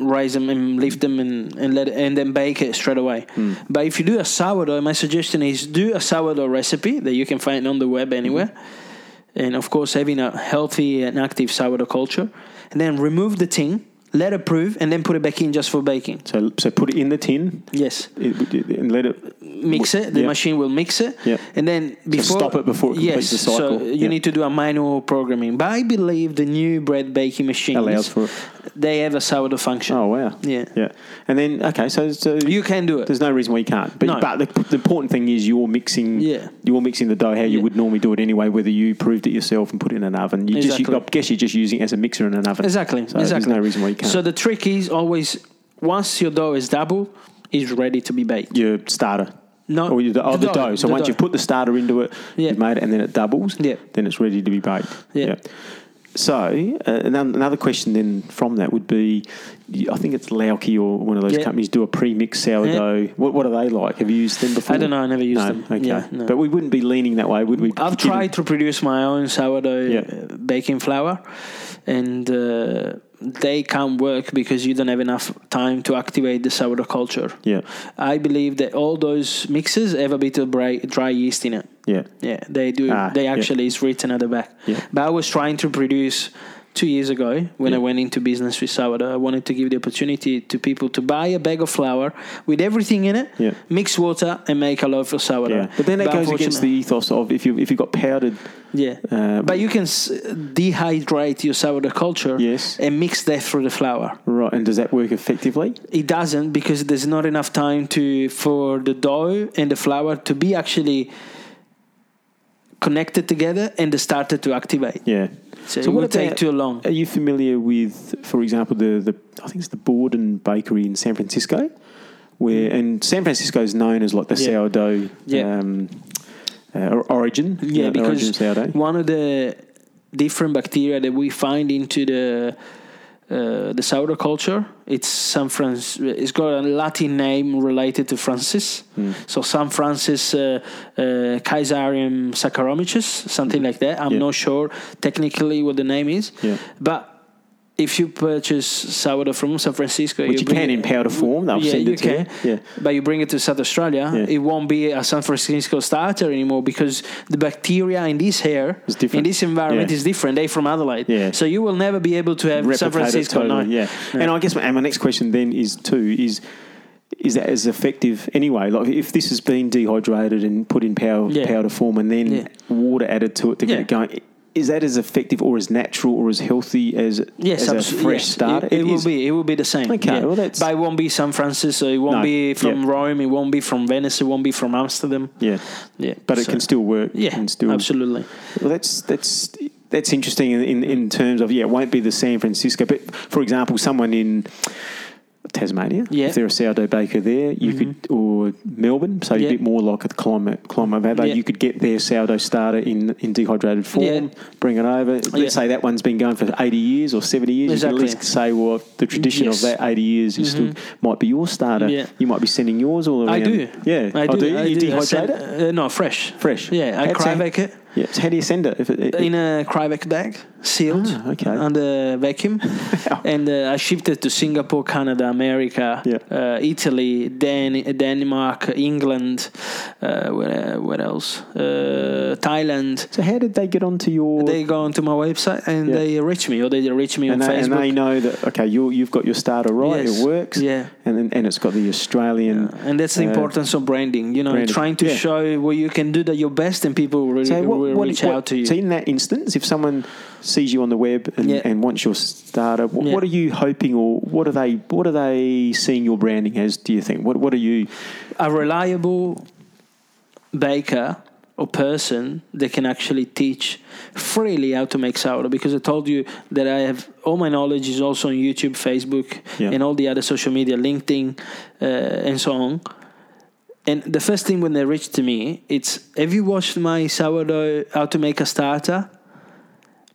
C: raise them and leave them and and let and then bake it straight away.
B: Hmm.
C: But if you do a sourdough, my suggestion is do a sourdough recipe that you can find on the web anywhere,
B: Hmm.
C: and of course having a healthy and active sourdough culture, and then remove the tin, let it prove, and then put it back in just for baking.
B: So so put it in the tin
C: Yes
B: it, it- and let it.
C: mix it. The
B: Yeah.
C: machine will mix it,
B: Yeah.
C: and then before
B: stop it before it completes
C: yes,
B: the cycle.
C: So you
B: Yeah.
C: need to do a manual programming. But I believe the new bread baking machines
B: Allows for it.
C: They have a sourdough function.
B: Oh wow!
C: Yeah.
B: yeah. And then okay, so so
C: You can do it.
B: There's no reason why you can't. But,
C: No.
B: but the, the important thing is you're mixing.
C: Yeah.
B: You're mixing the dough how you
C: Yeah.
B: would normally do it anyway. Whether you proved it yourself and put it in an oven, you just you,
C: Exactly.
B: I guess you're just using it as a mixer in an oven.
C: Exactly.
B: So
C: exactly.
B: There's no reason why you can't.
C: So the trick is always once your dough is double, is ready to be baked.
B: your starter.
C: No,
B: or your, do- oh, the,
C: the
B: dough.
C: dough,
B: So
C: the
B: once
C: dough.
B: you've put the starter into it,
C: Yeah.
B: you've made it, and then it doubles.
C: Yeah.
B: Then it's ready to be baked.
C: Yeah.
B: So uh, and then another question then from that would be, you- I think it's Lauki or one of those
C: Yeah.
B: companies do a pre-mixed sourdough. What, what are they like? Have you used them before?
C: I don't know, I never used
B: No,
C: them.
B: Okay.
C: Yeah, no.
B: But we wouldn't be leaning that way, would we?
C: I've
B: Given-
C: tried to produce my own sourdough
B: Yeah.
C: uh, baking flour, and uh, they can't work because you don't have enough time to activate the sourdough culture.
B: Yeah.
C: I believe that all those mixes have a bit of dry, dry yeast in it.
B: Yeah.
C: Yeah, they do.
B: Ah,
C: they
B: yeah.
C: actually is written at the back.
B: Yeah.
C: But I was trying to produce two years ago when I went into business with sourdough. I wanted to give the opportunity to people to buy a bag of flour with everything in it,
B: Yeah.
C: mix water, and make a loaf of sourdough.
B: Yeah. But then that goes against the
C: uh, unfortunately-
B: ethos of if you if you've got powdered.
C: yeah.
B: Uh,
C: but you can s- dehydrate your sourdough culture
B: Yes.
C: and mix that through the flour.
B: Right, and does that work effectively?
C: It doesn't because there's not enough time to for the dough and the flour to be actually connected together and the starter to activate.
B: Yeah.
C: So, it would take too long.
B: Are you familiar with, for example, the, the I think it's the Borden Bakery in San Francisco, where and San Francisco is known as like the
C: Mm. Yeah.
B: sourdough
C: Yeah.
B: um, uh, or- origin. you
C: Yeah,
B: know, the origin of
C: because
B: sourdough.
C: one of the different bacteria that we find into the uh, the sourdough culture, it's San Francis. It's got a Latin name related to Francis,
B: Hmm.
C: so San Francis uh, uh, Caesarium Saccharomyces, something like that. I'm
B: Hmm. Yeah.
C: not sure technically what the name is,
B: Yeah.
C: but. If you purchase sourdough from San Francisco,
B: Which you
C: bring
B: can
C: it-
B: in powder form, they'll
C: yeah,
B: send
C: you
B: it to you.
C: can.
B: Yeah.
C: But you bring it to South Australia,
B: Yeah.
C: it won't be a San Francisco starter anymore because the bacteria in this hair,
B: It's different.
C: in this environment,
B: Yeah.
C: is different. They from Adelaide,
B: Yeah.
C: so you will never be able to have San
B: replicate it
C: Francisco.
B: totally,
C: no.
B: yeah. And I guess my, and my next question then is too is is that as effective anyway? Like if this has been dehydrated and put in power
C: Yeah.
B: powder form and then
C: Yeah.
B: water added to it to get
C: Yeah.
B: it going. Is that as effective or as natural or as healthy as,
C: Yes,
B: as a
C: abso-
B: fresh
C: yes.
B: start?
C: It, it will
B: is.
C: be. It will be the same.
B: Okay,
C: yeah.
B: well, that's-
C: but it won't be San Francisco. It won't
B: No,
C: be from
B: yeah.
C: Rome. It won't be from Venice. It won't be from Amsterdam.
B: Yeah.
C: Yeah,
B: But it
C: so-
B: can still work.
C: Yeah,
B: and still,
C: absolutely.
B: Well, that's that's that's interesting in, in, in terms of yeah, it won't be the San Francisco, but for example, someone in Tasmania,
C: Yeah. Mm-hmm.
B: if they're a sourdough baker there, you could or Melbourne, so
C: Yeah.
B: a bit more like a climate climate of Adelaide,
C: Yeah.
B: you could get their sourdough starter in in dehydrated form,
C: Yeah.
B: bring it over. Let's
C: Yeah.
B: say that one's been going for eighty years or seventy years. You
C: Exactly.
B: can at least say well, the tradition
C: Yes. Mm-hmm.
B: of that eighty years is still might be your starter.
C: Yeah.
B: You might be sending yours all around.
C: I do.
B: Yeah,
C: I
B: Oh,
C: do.
B: you
C: I
B: you
C: do. I
B: dehydrate
C: send-
B: it.
C: uh, no, fresh.
B: Fresh.
C: Yeah, I
B: That's
C: cry
B: it.
C: bake it.
B: Yeah. So how do you send it? If it, it-
C: in a Kryvek bag, sealed
B: Ah, okay.
C: under vacuum, and uh, I shipped it to Singapore, Canada, America,
B: Yeah.
C: uh, Italy, Dan- Denmark, England, uh, where, where else? Uh, Thailand.
B: so how did they get onto your?
C: They go onto my website and
B: Yeah.
C: they reach me, or they reach me
B: and,
C: on
B: they, and
C: Facebook.
B: they know that okay, you you've got your starter right.
C: Yes.
B: It works.
C: Yeah.
B: And then, and it's got the Australian.
C: and that's the
B: uh,
C: importance of branding. You know,
B: branding.
C: trying to
B: Yeah.
C: show what you can do that your best, and people will,
B: So what,
C: will
B: what-
C: reach
B: what-
C: out to you.
B: So in that instance, if someone sees you on the web and,
C: Yeah.
B: and wants your starter, what,
C: Yeah.
B: what are you hoping, or what are they what are they seeing your branding as? Do you think what what are you?
C: a reliable baker or person that can actually teach freely how to make sourdough because I told you that I have all my knowledge is also on YouTube, Facebook,
B: Yeah.
C: and all the other social media, LinkedIn, uh, and so on. And the first thing when they reach to me, it's have you watched my sourdough how to make a starter?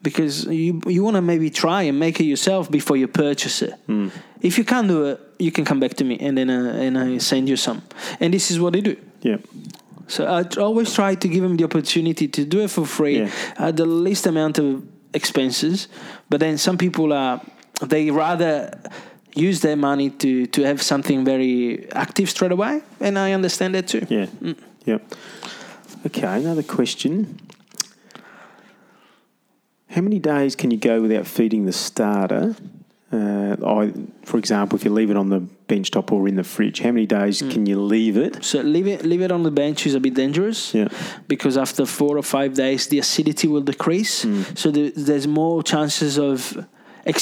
C: Because you you want to maybe try and make it yourself before you purchase it.
B: Hmm.
C: If you can't do it, you can come back to me and then uh, and I send you some. And this is what they do.
B: Yeah,
C: So I tr- always try to give them the opportunity to do it for free
B: Yeah.
C: at the least amount of expenses. But then some people are they rather use their money to to have something very active straight away, and I understand that too.
B: yeah, yeah. Okay, another question. How many days can you go without feeding the starter? Uh, I, for example, if you leave it on the bench top or in the fridge, how many
C: Hmm.
B: days can you leave it?
C: So leave it leave it on the bench is a bit dangerous
B: Yeah.
C: because after four or five days the acidity will decrease.
B: Mm.
C: So there, there's more chances of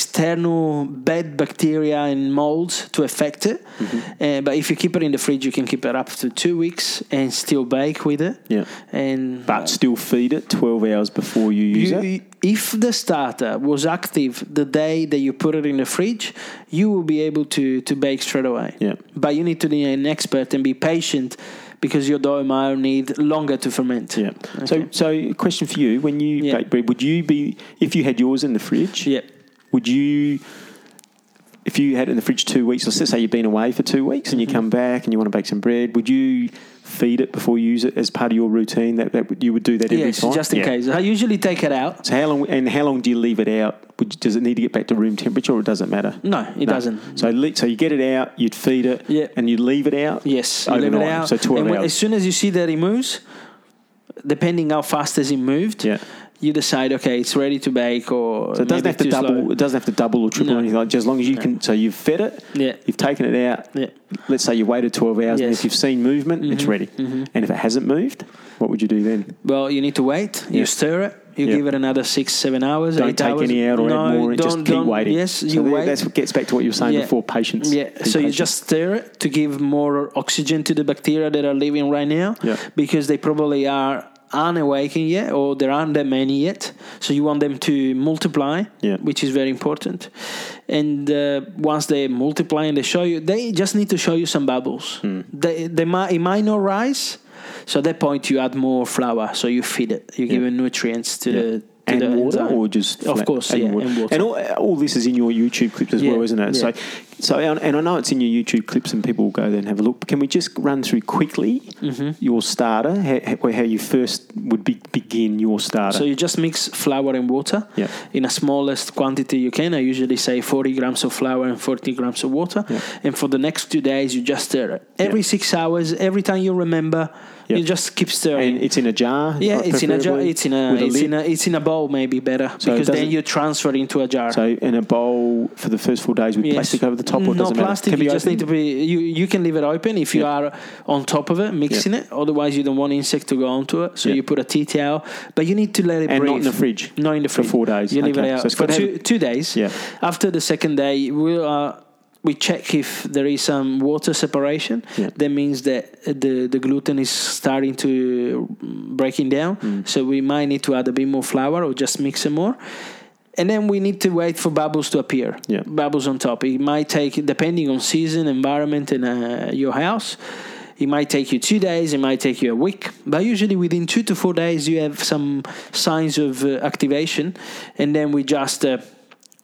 C: external bad bacteria and molds to affect it.
B: Mm-hmm.
C: Uh, but if you keep it in the fridge, you can keep it up to two weeks and still bake with it.
B: Yeah.
C: And
B: But still feed it 12 hours before you use
C: you-
B: it?
C: if the starter was active the day that you put it in the fridge, you will be able to to bake straight away.
B: Yeah.
C: But you need to be an expert and be patient because your dough might need longer to ferment.
B: Yeah. So, so question for you: When you
C: Yeah.
B: bake bread, would you be if you had yours in the fridge?
C: Yeah.
B: Would you, if you had it in the fridge two weeks, let's just say you've been away for two weeks and you come back and you want to bake some bread, would you feed it before you use it as part of your routine? That, that would- you would do that every
C: Yes,
B: time,
C: just in
B: Yeah.
C: case. I usually take it out.
B: So how long and how long do you leave it out? Would you, does it need to get back to room temperature, or it doesn't matter?
C: No, Mm, it doesn't.
B: So le- so you get it out, you'd feed it,
C: Yeah.
B: and you leave it out.
C: Yes, you
B: overnight.
C: leave it out.
B: So twelve
C: and when- As
B: hours.
C: soon as you see that it moves, depending how fast has it moved,
B: Yeah.
C: you decide okay, it's ready to bake
B: So
C: or
B: it doesn't
C: maybe
B: have to
C: too
B: double.
C: slow.
B: It doesn't have to double or triple
C: No.
B: or anything like. Just as long as you can. So you've fed it.
C: Yeah.
B: You've taken it out.
C: Yeah.
B: Let's say you waited twelve hours, and
C: Yes. Mm-hmm.
B: if you've seen movement, it's ready. And if it hasn't moved, what would you do then?
C: Well, you need to wait. You
B: Yeah.
C: stir it. You
B: Yeah.
C: give it another six, seven hours.
B: Don't
C: eight
B: take
C: hours.
B: any out or
C: no,
B: add more. and Just
C: don't-
B: keep
C: don't-
B: waiting.
C: Yes,
B: So
C: you
B: there-
C: wait.
B: That's what gets back to what you were saying
C: Yeah.
B: before. Patience.
C: Yeah.
B: Be
C: So you
B: patient.
C: just stir it to give more oxygen to the bacteria that are living right now.
B: Yeah.
C: Because they probably are unawakened yet, or there aren't that many yet. So you want them to multiply,
B: Yeah.
C: which is very important. And uh, once they multiply and they show you, they just need to show you some bubbles.
B: Hmm.
C: They, they might it might not rise. So at that point, you add more flour. So you feed it. You give
B: Yeah.
C: it nutrients to
B: Yeah.
C: the to
B: and
C: the
B: water,
C: enzyme.
B: or just
C: of
B: flat-
C: course, yeah, and water.
B: And all, all this is in your YouTube clips as
C: Yeah,
B: well, isn't it?
C: yeah.
B: So, so and and I know it's in your YouTube clips, and people will go there and have a look. But can we just run through quickly
C: Mm-hmm.
B: your starter, how, how you first would be, begin your starter?
C: So you just mix flour and water
B: Yeah.
C: in a smallest quantity you can. I usually say 40 grams of flour and 40 grams of water.
B: Yeah.
C: And for the next two days, you just stir it. Every six hours, every time you remember,
B: Yeah.
C: you just keep stirring.
B: and it's in a jar.
C: yeah,
B: like,
C: it's in a jar.
B: preferably,
C: It's in a
B: with
C: it's
B: lid.
C: in a it's in a bowl maybe better
B: So it
C: because then
B: doesn't-
C: you transfer into a jar.
B: so in a bowl for the first four days with
C: Yes.
B: plastic over the top, or it
C: no
B: doesn't matter?
C: Mm, plastic.
B: Can
C: You
B: be
C: just need to
B: opened?
C: be. You you can leave it open if you
B: Yeah.
C: are on top of it, mixing it. Otherwise, you don't want insect to go onto it. So
B: Yeah.
C: you put a tea towel, but you need to let it
B: And
C: breathe.
B: not in the fridge.
C: Not in the
B: For
C: fridge.
B: four days.
C: You leave
B: Okay.
C: it out
B: So it's
C: for
B: gotta have-
C: two two days.
B: Yeah.
C: After the second day, we are. We check if there is some water separation.
B: Yeah.
C: That means that the, the gluten is starting to breaking down.
B: Mm.
C: So we might need to add a bit more flour or just mix it more. And then we need to wait for bubbles to appear
B: Yeah.
C: bubbles on top. It might take, depending on season, environment, and uh, your house, it might take you two days, it might take you a week. But usually within two to four days, you have some signs of uh, activation, and then we just uh,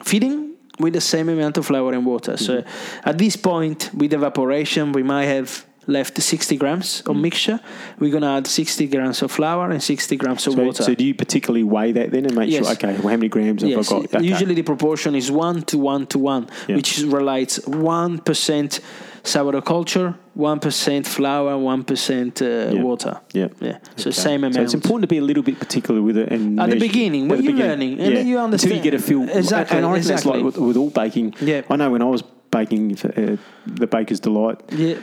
C: feeding with the same amount of flour and water. So at this point, with evaporation, we might have left 60 grams of mixture. We're going to add 60 grams of flour and 60 grams of
B: So,
C: water.
B: so do you particularly weigh that then and make
C: Yes.
B: sure? Okay, well, how many grams have
C: Yes,
B: I got? Okay.
C: usually the proportion is one to one to one,
B: Yeah.
C: which is- relates one percent sourdough culture, one percent flour, one percent uh,
B: Yeah.
C: water.
B: Yeah.
C: yeah. So
B: Okay.
C: same amount.
B: So it's important to be a little bit particular with it. And
C: At the
B: measure-
C: beginning,
B: at
C: when
B: the
C: you're
B: beginning,
C: learning, and then you
B: Until you get a feel.
C: understand. Exactly,
B: And I reckon that's
C: exactly.
B: like with, with all baking.
C: Yeah.
B: I know when I was baking for, uh, the Baker's Delight,
C: Yeah,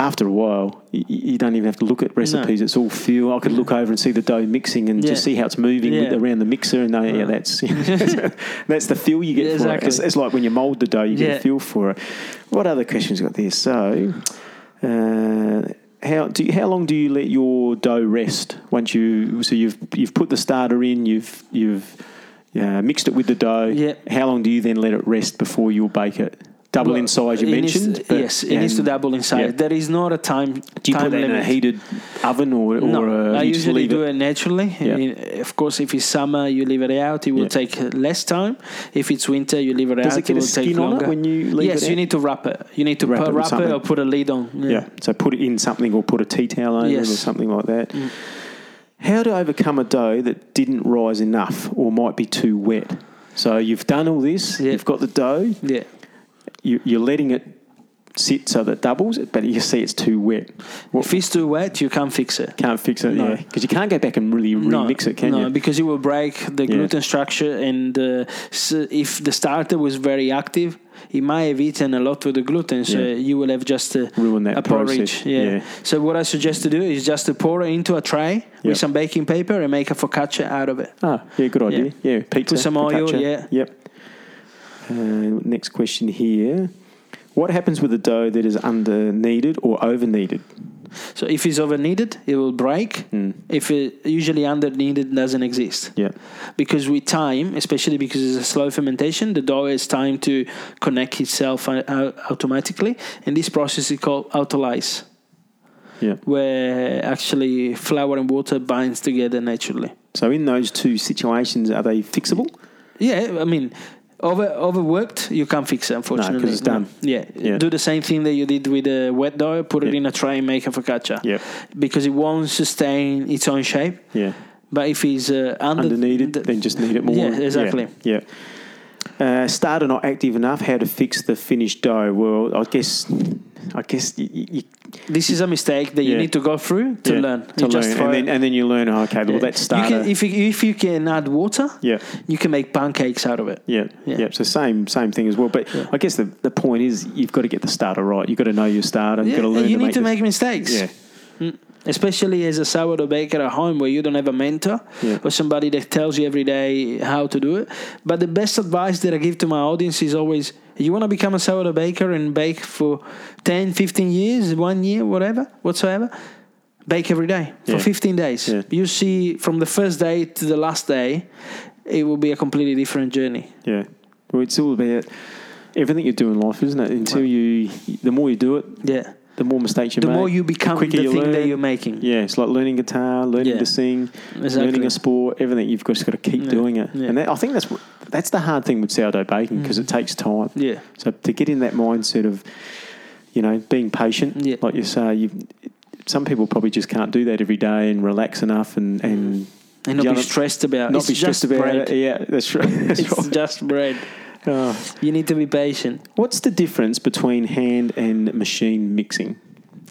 B: after a while, you, you don't even have to look at recipes. It's all feel. I could look over and see the dough mixing and just
C: Yeah.
B: see how it's moving with-
C: Yeah. Uh-huh.
B: around the mixer. And know, yeah, that's that's the feel you get
C: Yeah,
B: for it. It's,
C: exactly.
B: it's like when you mould the dough, you get
C: Yeah.
B: a feel for it. What other questions you got there? So, uh, how do you, how long do you let your dough rest once you so you've you've put the starter in you've you've uh, mixed it with the dough.
C: Yeah.
B: How long do you then let it rest before you bake it? Double
C: Well,
B: in size, you
C: it needs-
B: mentioned. but-
C: yes, it needs to
B: and-
C: double in size.
B: yeah.
C: There is not a time.
B: Do you
C: time
B: put that
C: limit.
B: in a heated oven or, or
C: No,
B: uh,
C: I
B: you just
C: usually
B: leave
C: do it, naturally.
B: Yeah.
C: I mean, of course, if it's summer, you leave it out. It will
B: Yeah.
C: take less time. If it's winter, you leave it
B: Does
C: out.
B: it get a
C: will take
B: skin on it
C: longer.
B: when you leave
C: yes,
B: it
C: you
B: out?
C: need to wrap it. You need to
B: Wrap
C: wrap
B: it
C: it,
B: with
C: wrap it or
B: something.
C: put a lid on.
B: Yeah. So put it in something or put a tea towel over it or
C: Yes. Mm.
B: something like that. How to overcome a dough that didn't rise enough or might be too wet? So you've done all this,
C: Yeah.
B: you've got the dough,
C: yeah.
B: you, you're letting it sit so that it doubles, but you see it's too wet. What,
C: If it's too wet, you can't fix it.
B: can't fix it,
C: No.
B: yeah. Because you can't go back and really remix it, can
C: no,
B: you?
C: because it will break the
B: Yeah.
C: gluten structure, and uh, s if the starter was very active, it might have eaten a lot of the gluten, so
B: Yeah.
C: you will have just a,
B: Ruin that
C: a porridge.
B: process.
C: Yeah.
B: Yeah.
C: So what I suggest to do is just to pour it into a tray
B: Yep.
C: with some baking paper and make a focaccia out of it.
B: Ah, yeah, good idea. Yeah, pizza.
C: With some oil,
B: focaccia.
C: yeah.
B: Yep. Uh, next question here. What happens with a dough that is under kneaded or over kneaded?
C: So if it's over kneaded, it will break.
B: Hmm.
C: If it usually under kneaded doesn't exist.
B: Yeah.
C: because with time, especially because it's a slow fermentation, the dough has time to connect itself uh, uh, automatically, and this process is called autolysis,
B: Yeah.
C: where actually flour and water binds together naturally.
B: So in those two situations, are they fixable?
C: Yeah, I mean, over overworked, you can't fix it, unfortunately.
B: it's done.
C: Yeah.
B: Yeah.
C: do the same thing that you did with the wet dough, put it
B: Yeah.
C: in a tray and make a focaccia.
B: Yeah.
C: because it won't sustain its own shape.
B: Yeah.
C: But if it's uh, under,
B: Under kneaded,
C: the-
B: then just knead it more.
C: Yeah, exactly.
B: Yeah. Uh, starter not active enough. How to fix the finished dough? Well, I guess, I guess you, you,
C: this is a mistake that you
B: Yeah.
C: need to go through to
B: yeah,
C: learn.
B: to
C: You
B: learn,
C: just
B: and
C: throw
B: then
C: it-
B: and then you learn. oh, okay, well
C: Yeah.
B: that starter.
C: You can, if, you, if you can add water,
B: Yeah.
C: you can make pancakes out of it.
B: Yeah, yeah.
C: Yeah.
B: So same same thing as well. But I guess the, the point is you've got to get the starter right. You've got to know your starter. You've
C: Yeah,
B: got to learn
C: you
B: to
C: need
B: make
C: to
B: the-
C: make mistakes.
B: Yeah,
C: Especially as a sourdough baker at home where you don't have a mentor
B: Yeah.
C: or somebody that tells you every day how to do it. But the best advice that I give to my audience is always you want to become a sourdough baker and bake for 10, 15 years, one year, whatever, whatsoever. Bake every day for
B: Yeah.
C: 15 days.
B: Yeah.
C: You see, from the first day to the last day, it will be a completely different journey.
B: yeah. Well, it's all about everything you do in life, isn't it? Until you, the more you do it,
C: Yeah.
B: the more mistakes you
C: the
B: make.
C: more you become the,
B: quicker you
C: thing that
B: learn.
C: you're making.
B: Yeah, it's like learning guitar, learning
C: Yeah.
B: to sing,
C: Exactly.
B: learning a sport. Everything you've got, just got to keep
C: Yeah.
B: doing it.
C: Yeah. Mm.
B: And that, I think that's what- that's the hard thing with sourdough baking because it takes time.
C: Yeah.
B: So to get in that mindset of, you know, being patient,
C: Yeah.
B: like you say, you some people probably just can't do that every day and relax enough and and
C: And not
B: Yeah,
C: be
B: not-
C: stressed
B: not
C: about Mm. it's
B: be stressed
C: just
B: about
C: bread.
B: it. Yeah, that's right. That's
C: It's
B: right.
C: just bread.
B: Oh.
C: You need to be patient.
B: What's the difference between hand and machine mixing?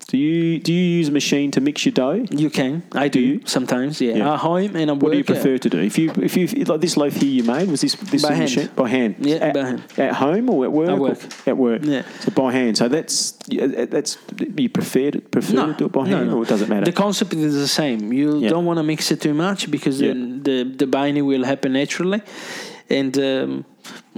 B: Do you do you use a machine to mix your dough?
C: You can. I do,
B: you?
C: sometimes. Yeah.
B: Yeah.
C: At home and at
B: What
C: work.
B: do you
C: yeah.
B: prefer to do? If you if you like this loaf here you made was this this
C: By
B: was
C: hand.
B: machine- by hand
C: Yeah,
B: at,
C: by hand.
B: at home or at work
C: At
B: or-
C: work.
B: at work
C: Yeah.
B: so by hand so that's yeah, that's you prefer to prefer
C: No,
B: to do it by
C: no,
B: hand
C: no.
B: or it doesn't matter
C: The concept is the same. You
B: Yeah.
C: don't want to mix it too much because
B: Yeah.
C: then the the binding will happen naturally, and um,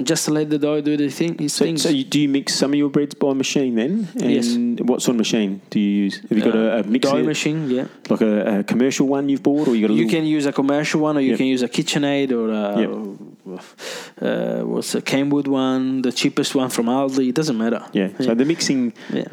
C: just let the dough do the thing. Its
B: so,
C: things.
B: so you, do you mix some of your breads by machine then and
C: Yes.
B: what sort of machine do you use have you got a, a mixer
C: dough machine. Yeah.
B: like a, a commercial one you've bought or you got a
C: You
B: little,
C: can use a commercial one, or you
B: Yep.
C: can use a KitchenAid, or a, uh, what's the Kenwood one, the cheapest one from Aldi. It doesn't matter.
B: yeah so the mixing
C: yeah.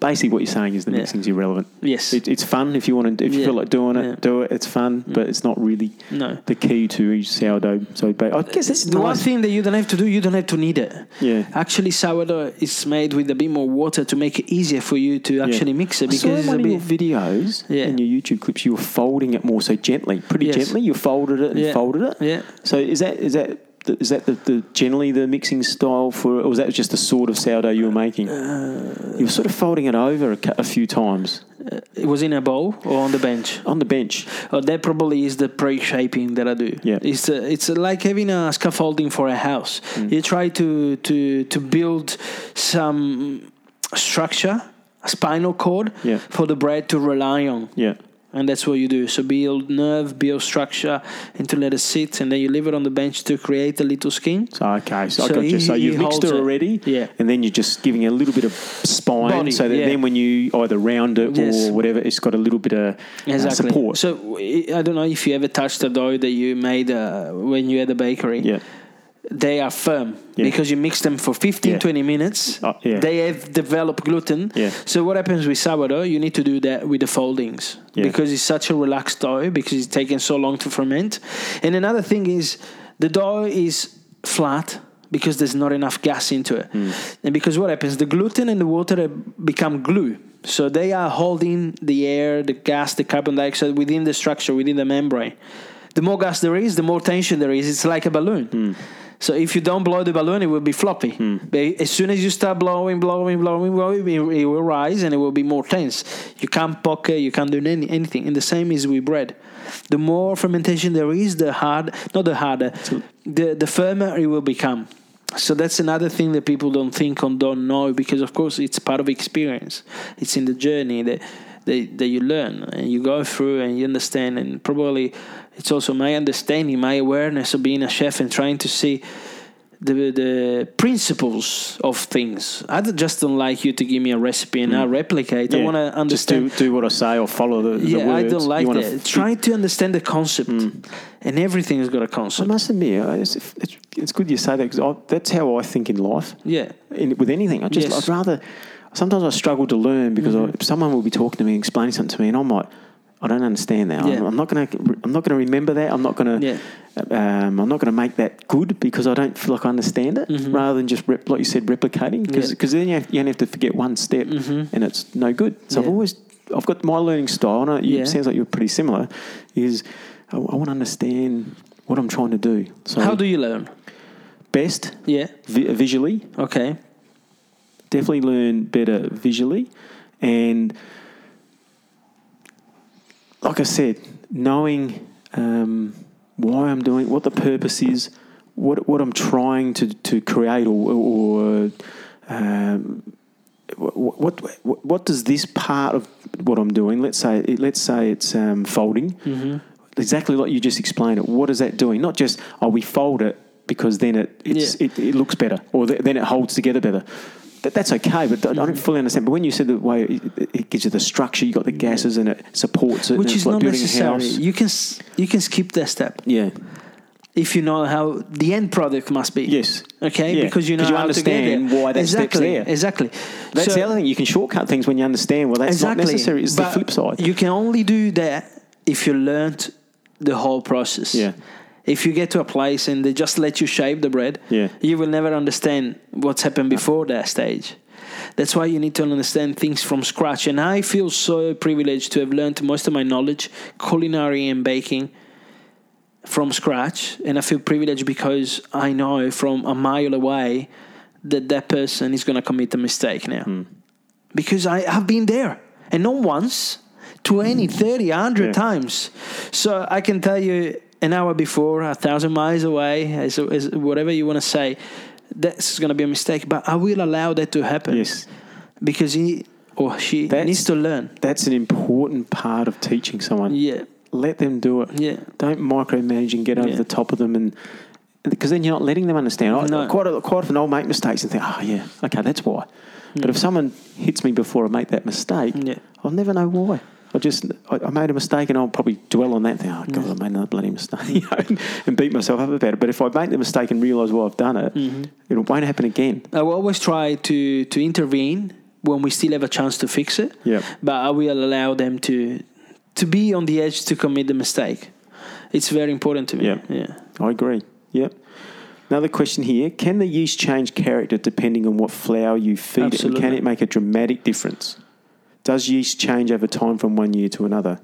B: basically what you're saying is the
C: Yeah.
B: mixing's irrelevant.
C: Yes.
B: It, it's fun if you want to. If you
C: Yeah.
B: feel like doing it,
C: Yeah. Mm.
B: do it. It's fun, but it's not really
C: no.
B: the key to each sourdough. So ba- I guess it's
C: the one
B: nice.
C: thing that you don't have to do, you don't have to need it.
B: Yeah.
C: Actually, sourdough is made with a bit more water to make it easier for you to actually mix it
B: I
C: because
B: saw in
C: it's
B: one
C: a
B: of your
C: bit.
B: videos
C: Yeah.
B: in your YouTube clips, you were folding it more so gently, pretty
C: Yes.
B: gently. You folded it and
C: Yeah.
B: folded it.
C: Yeah.
B: So is that is that the, is that the, the generally the mixing style for, or was that just the sort of sourdough you were making?
C: Uh,
B: you were sort of folding it over a, cou- a few times
C: It was in a bowl or on the bench.
B: on the bench.
C: Oh, that probably is the pre-shaping that I do.
B: Yeah.
C: it's uh it's like having a scaffolding for a house.
B: Mm.
C: You try to to to build some structure, a spinal cord
B: Yeah.
C: for the bread to rely on,
B: Yeah.
C: and that's what you do. So build nerve, build structure, and to let it sit, and then you leave it on the bench to create a little skin.
B: So okay, so,
C: So
B: I got you.
C: he-
B: So you've
C: he
B: mixed
C: holds
B: it
C: it.
B: already,
C: Yeah.
B: and then you're just giving it a little bit of spine,
C: Body,
B: so that
C: yeah.
B: then when you either round it
C: Yes.
B: or whatever, it's got a little bit of uh,
C: Exactly.
B: support.
C: So w- I don't know if you ever touched the dough that you made uh, when you had a bakery.
B: yeah,
C: they are firm
B: Yeah.
C: because you mix them for 15
B: Yeah.
C: 20 minutes
B: Uh, yeah.
C: they have developed gluten
B: Yeah.
C: so what happens with sourdough you need to do that with the foldings
B: Yeah.
C: because it's such a relaxed dough because it's taken so long to ferment and another thing is the dough is flat because there's not enough gas into it
B: Hmm.
C: and because what happens the gluten and the water have become glue so they are holding the air the gas the carbon dioxide within the structure within the membrane the more gas there is, the more tension there is. It's like a balloon. So if you don't blow the balloon, it will be floppy. But as soon as you start blowing, blowing, blowing, blowing, it will- it will rise and it will be more tense. You can't poke it, you can't do any, anything. And the same is with bread. The more fermentation there is, the hard, not the harder, the, the firmer it will become. So that's another thing that people don't think or don't know because, of course, it's part of experience. It's in the journey that that, that you learn and you go through and you understand and probably it's also my understanding my awareness of being a chef and trying to see the the principles of things i don't- just don't like you to give me a recipe and i replicate i
B: Mm. Yeah.
C: want to
B: Just
C: understand
B: do, do what I say or follow the, the
C: yeah i
B: words.
C: don't like
B: You wanna
C: that
B: fit-
C: try to understand the concept and everything has got a
B: I
C: concept
B: must admit, I- it's, it's, it's good you say that because that's how I think in life.
C: yeah
B: in, with anything. I just
C: Yes. Mm-hmm.
B: I'd rather. Sometimes I struggle to learn because I, someone will be talking to me, explaining something to me, and I'm like, I don't understand that. I'm-
C: Yeah.
B: I'm, not going to. I'm not going to remember that. I'm not going to.
C: Yeah.
B: Um, I'm not going to make that good because I don't feel like I understand it. Rather than just rep, like you said, replicating because
C: Mm-hmm. Yeah. Mm-hmm.
B: then you, have, you only have to forget one step and it's no good. So I've
C: Yeah.
B: always I've got my learning style, and I, you-
C: Yeah.
B: it sounds like you're pretty similar. Is I, I want to understand what I'm trying to do. So
C: how do you learn
B: best
C: yeah
B: vi- visually
C: okay
B: definitely learn better visually and like i said knowing um, why i'm doing what the purpose is what what i'm trying to, to create or, or um, what, what what what does this part of what i'm doing let's say let's say it's um, folding exactly like you just explained it what is that doing not just oh we fold it because then it it's,
C: Yeah.
B: it, it looks better or th- then it holds together better. That, that's okay, but I don't fully understand. But when you said the way it, it gives you the structure, you got the gases and it supports it, and
C: which
B: it's
C: is
B: like
C: not
B: building a
C: necessary
B: house.
C: you can s- you can skip that step
B: yeah,
C: if you know how the end product must be.
B: Yes.
C: Okay.
B: Yeah,
C: Because you know
B: 'cause you
C: how to
B: understand
C: get there.
B: why that step's
C: exactly.
B: there.
C: Exactly.
B: that's
C: So-
B: the other thing. You can shortcut things when you understand. Well, that's
C: exactly.
B: not necessary. It's the
C: But
B: flip side.
C: You can only do that if you learnt the whole process.
B: Yeah.
C: If you get to a place and they just let you shape the bread,
B: Yeah.
C: you will never understand what's happened before that stage. That's why you need to understand things from scratch. And I feel so privileged to have learned most of my knowledge, culinary and baking, from scratch and I feel privileged because I know from a mile away that that person is going to commit a mistake now
B: Hmm.
C: because I have been there and not once 20 30 100
B: Hmm. Yeah.
C: times so I can tell you an hour before a thousand miles away as, as whatever you want to say that's going to be a mistake but I will allow that to happen
B: yes,
C: because he or she
B: That's-
C: needs to learn
B: that's an important part of teaching someone.
C: yeah
B: Let them do it.
C: yeah
B: Don't micromanage and get over
C: Yeah.
B: the top of them and. Because then you're not letting them understand. I,
C: No.
B: quite, a, quite often I'll make mistakes and think, oh, yeah, okay, that's why. But if someone hits me before I make that mistake,
C: Mm. yeah
B: I'll never know why. I just I, I made a mistake and I'll probably dwell on that. Thing. Oh God, I made another bloody mistake,
C: Mm.
B: you know, and beat myself up about it. But if I make the mistake
C: Mm-hmm.
B: and realise why I've done it, it won't happen again.
C: I will always try to to intervene when we still have a chance to fix it.
B: Yeah.
C: But I will allow them to to be on the edge to commit the mistake. It's very important to me.
B: Yeah.
C: Yeah.
B: I agree. Yep. Another question here: Can the yeast change character depending on what flour you feed it, and can
C: Absolutely.
B: it make a dramatic difference? Does yeast change over time from one year to another?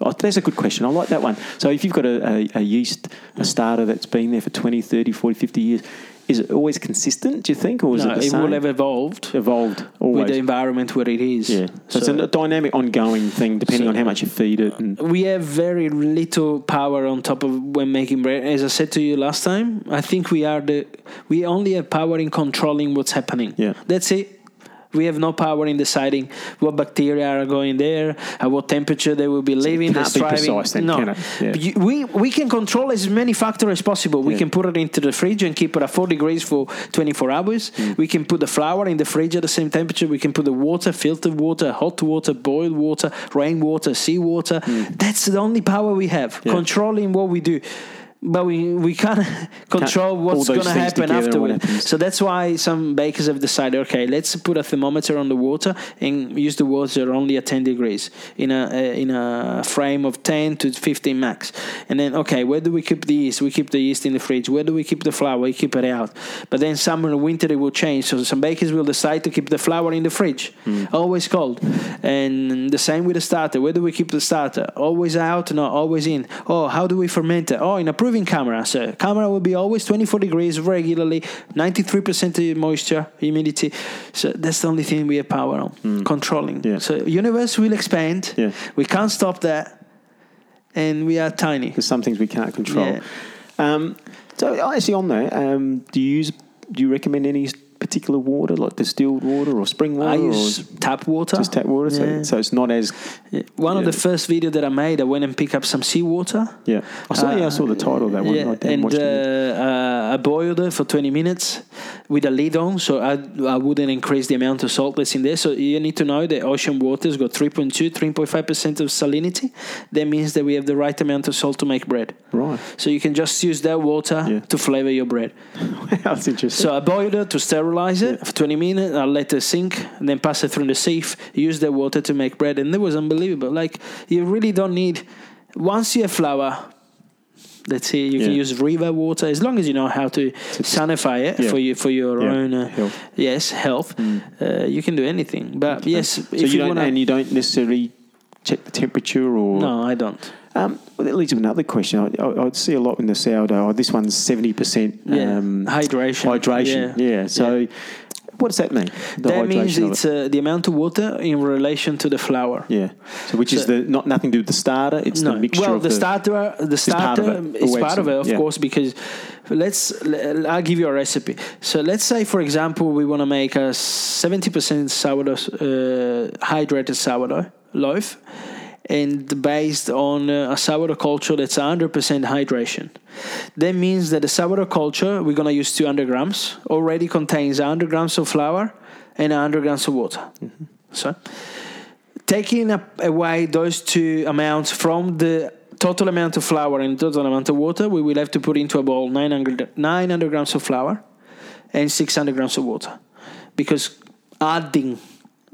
B: Oh, that's a good question. I like that one. So if you've got a, a, a yeast, a starter that's been there for 20, 30, 40, 50 years, is it always consistent, do you think? Or is
C: No,
B: it the
C: it
B: same?
C: will have evolved
B: evolved
C: with
B: always.
C: the environment where it is.
B: yeah. So, it's
C: So-
B: a dynamic, ongoing thing depending
C: So-
B: on
C: uh,
B: how much you feed it. And,
C: we have very little power on top of when making bread. As I said to you last time, I think we are the we only have power in controlling what's happening.
B: Yeah.
C: that's it. We have no power in deciding what bacteria are going there, at what temperature they will be living.
B: can't
C: the
B: be
C: striving.
B: precise then,
C: no,
B: can it? Yeah.
C: But you- we we can control as many factors as possible. We
B: Yeah.
C: can put it into the fridge and keep it at four degrees for twenty four hours.
B: Mm.
C: We can put the flour in the fridge at the same temperature. We can put the water, filtered water, hot water, boiled water, rainwater, seawater. That's the only power we have.
B: Mm. Yeah.
C: Controlling what we do. But we, we can't control
B: all
C: what's
B: those
C: going to
B: things
C: happen
B: together, what
C: afterward.
B: happens.
C: So that's why some bakers have decided, okay, let's put a thermometer on the water and use the water only at 10 degrees in a, a in a frame of 10 to 15 max. And then, okay, where do we keep the yeast? We keep the yeast in the fridge. Where do we keep the flour? We keep it out. But then summer and winter it will change. So some bakers will decide to keep the flour in the fridge,
B: Hmm.
C: always cold. And the same with the starter. Where do we keep the starter? Always out, not always in. Oh, how do we ferment it? Oh, in a proving camera. So camera will be always 24 degrees regularly, 93% moisture, humidity. So that's the only thing we have power on, controlling.
B: Hmm. Yeah.
C: So universe will expand.
B: Yeah.
C: We can't stop that. And we are tiny.
B: There's some things we can't control.
C: Yeah.
B: Um, so actually, on that, um, do you use? Do you recommend any particular water, like distilled water or spring water?
C: I
B: or
C: use tap water.
B: just tap water,
C: Yeah.
B: so, so it's not as
C: Yeah. One of
B: Yeah.
C: the first video that I made, I went and picked up some seawater.
B: yeah. I saw, yeah, I
C: Uh,
B: saw the title of that one. I didn't
C: and
B: watch it.
C: uh, uh, I boiled it for 20 minutes with a lid on, so I, I wouldn't increase the amount of salt that's in there. So you need to know that ocean waters got 3.2, 3.5% of salinity. That means that we have the right amount of salt to make bread.
B: Right,
C: So you can just use that water
B: Yeah.
C: to flavor your bread.
B: that's interesting.
C: So I boiled it to sterilize it
B: Yeah.
C: for 20 minutes. I let it sink, and then pass it through the sieve. Use that water to make bread, and it was unbelievable. Like you really don't need. Once you have flour, that's it. You can
B: Yeah.
C: use river water as long as you know how to sanify it
B: yeah.
C: for you for your
B: Yeah,
C: own uh,
B: health.
C: yes health. Uh, you can do anything, but uh, yes,
B: so
C: if
B: you
C: you,
B: don't,
C: want
B: and
C: to.
B: you don't necessarily check the temperature or
C: No, I don't.
B: Um, well, that leads to another question. I, I, I see a lot in the sourdough. Oh, this one's seventy percent
C: Yeah.
B: um,
C: Hydration.
B: Hydration.
C: Yeah.
B: Yeah. So, what does that mean? The
C: that means
B: hydration of
C: it's
B: it?
C: uh, the amount of water in relation to the flour.
B: yeah. So, which is
C: so-
B: the not nothing to do with the starter. It's the mixture.
C: Well,
B: of
C: the, starter, the
B: part of
C: starter
B: it,
C: is
B: always,
C: part of it, of
B: yeah.
C: course, because let's. l- I'll give you a recipe. So let's say, for example, we want to make a seventy percent sourdough, uh, hydrated sourdough loaf, and based on uh, a sourdough culture that's hundred percent hydration. That means that the sourdough culture we're gonna use two hundred grams already contains hundred grams of flour and hundred grams of water.
B: Mm-hmm.
C: So taking a- away those two amounts from the total amount of flour and total amount of water, we will have to put into a bowl 900, 900 grams of flour and 600 grams of water. Because adding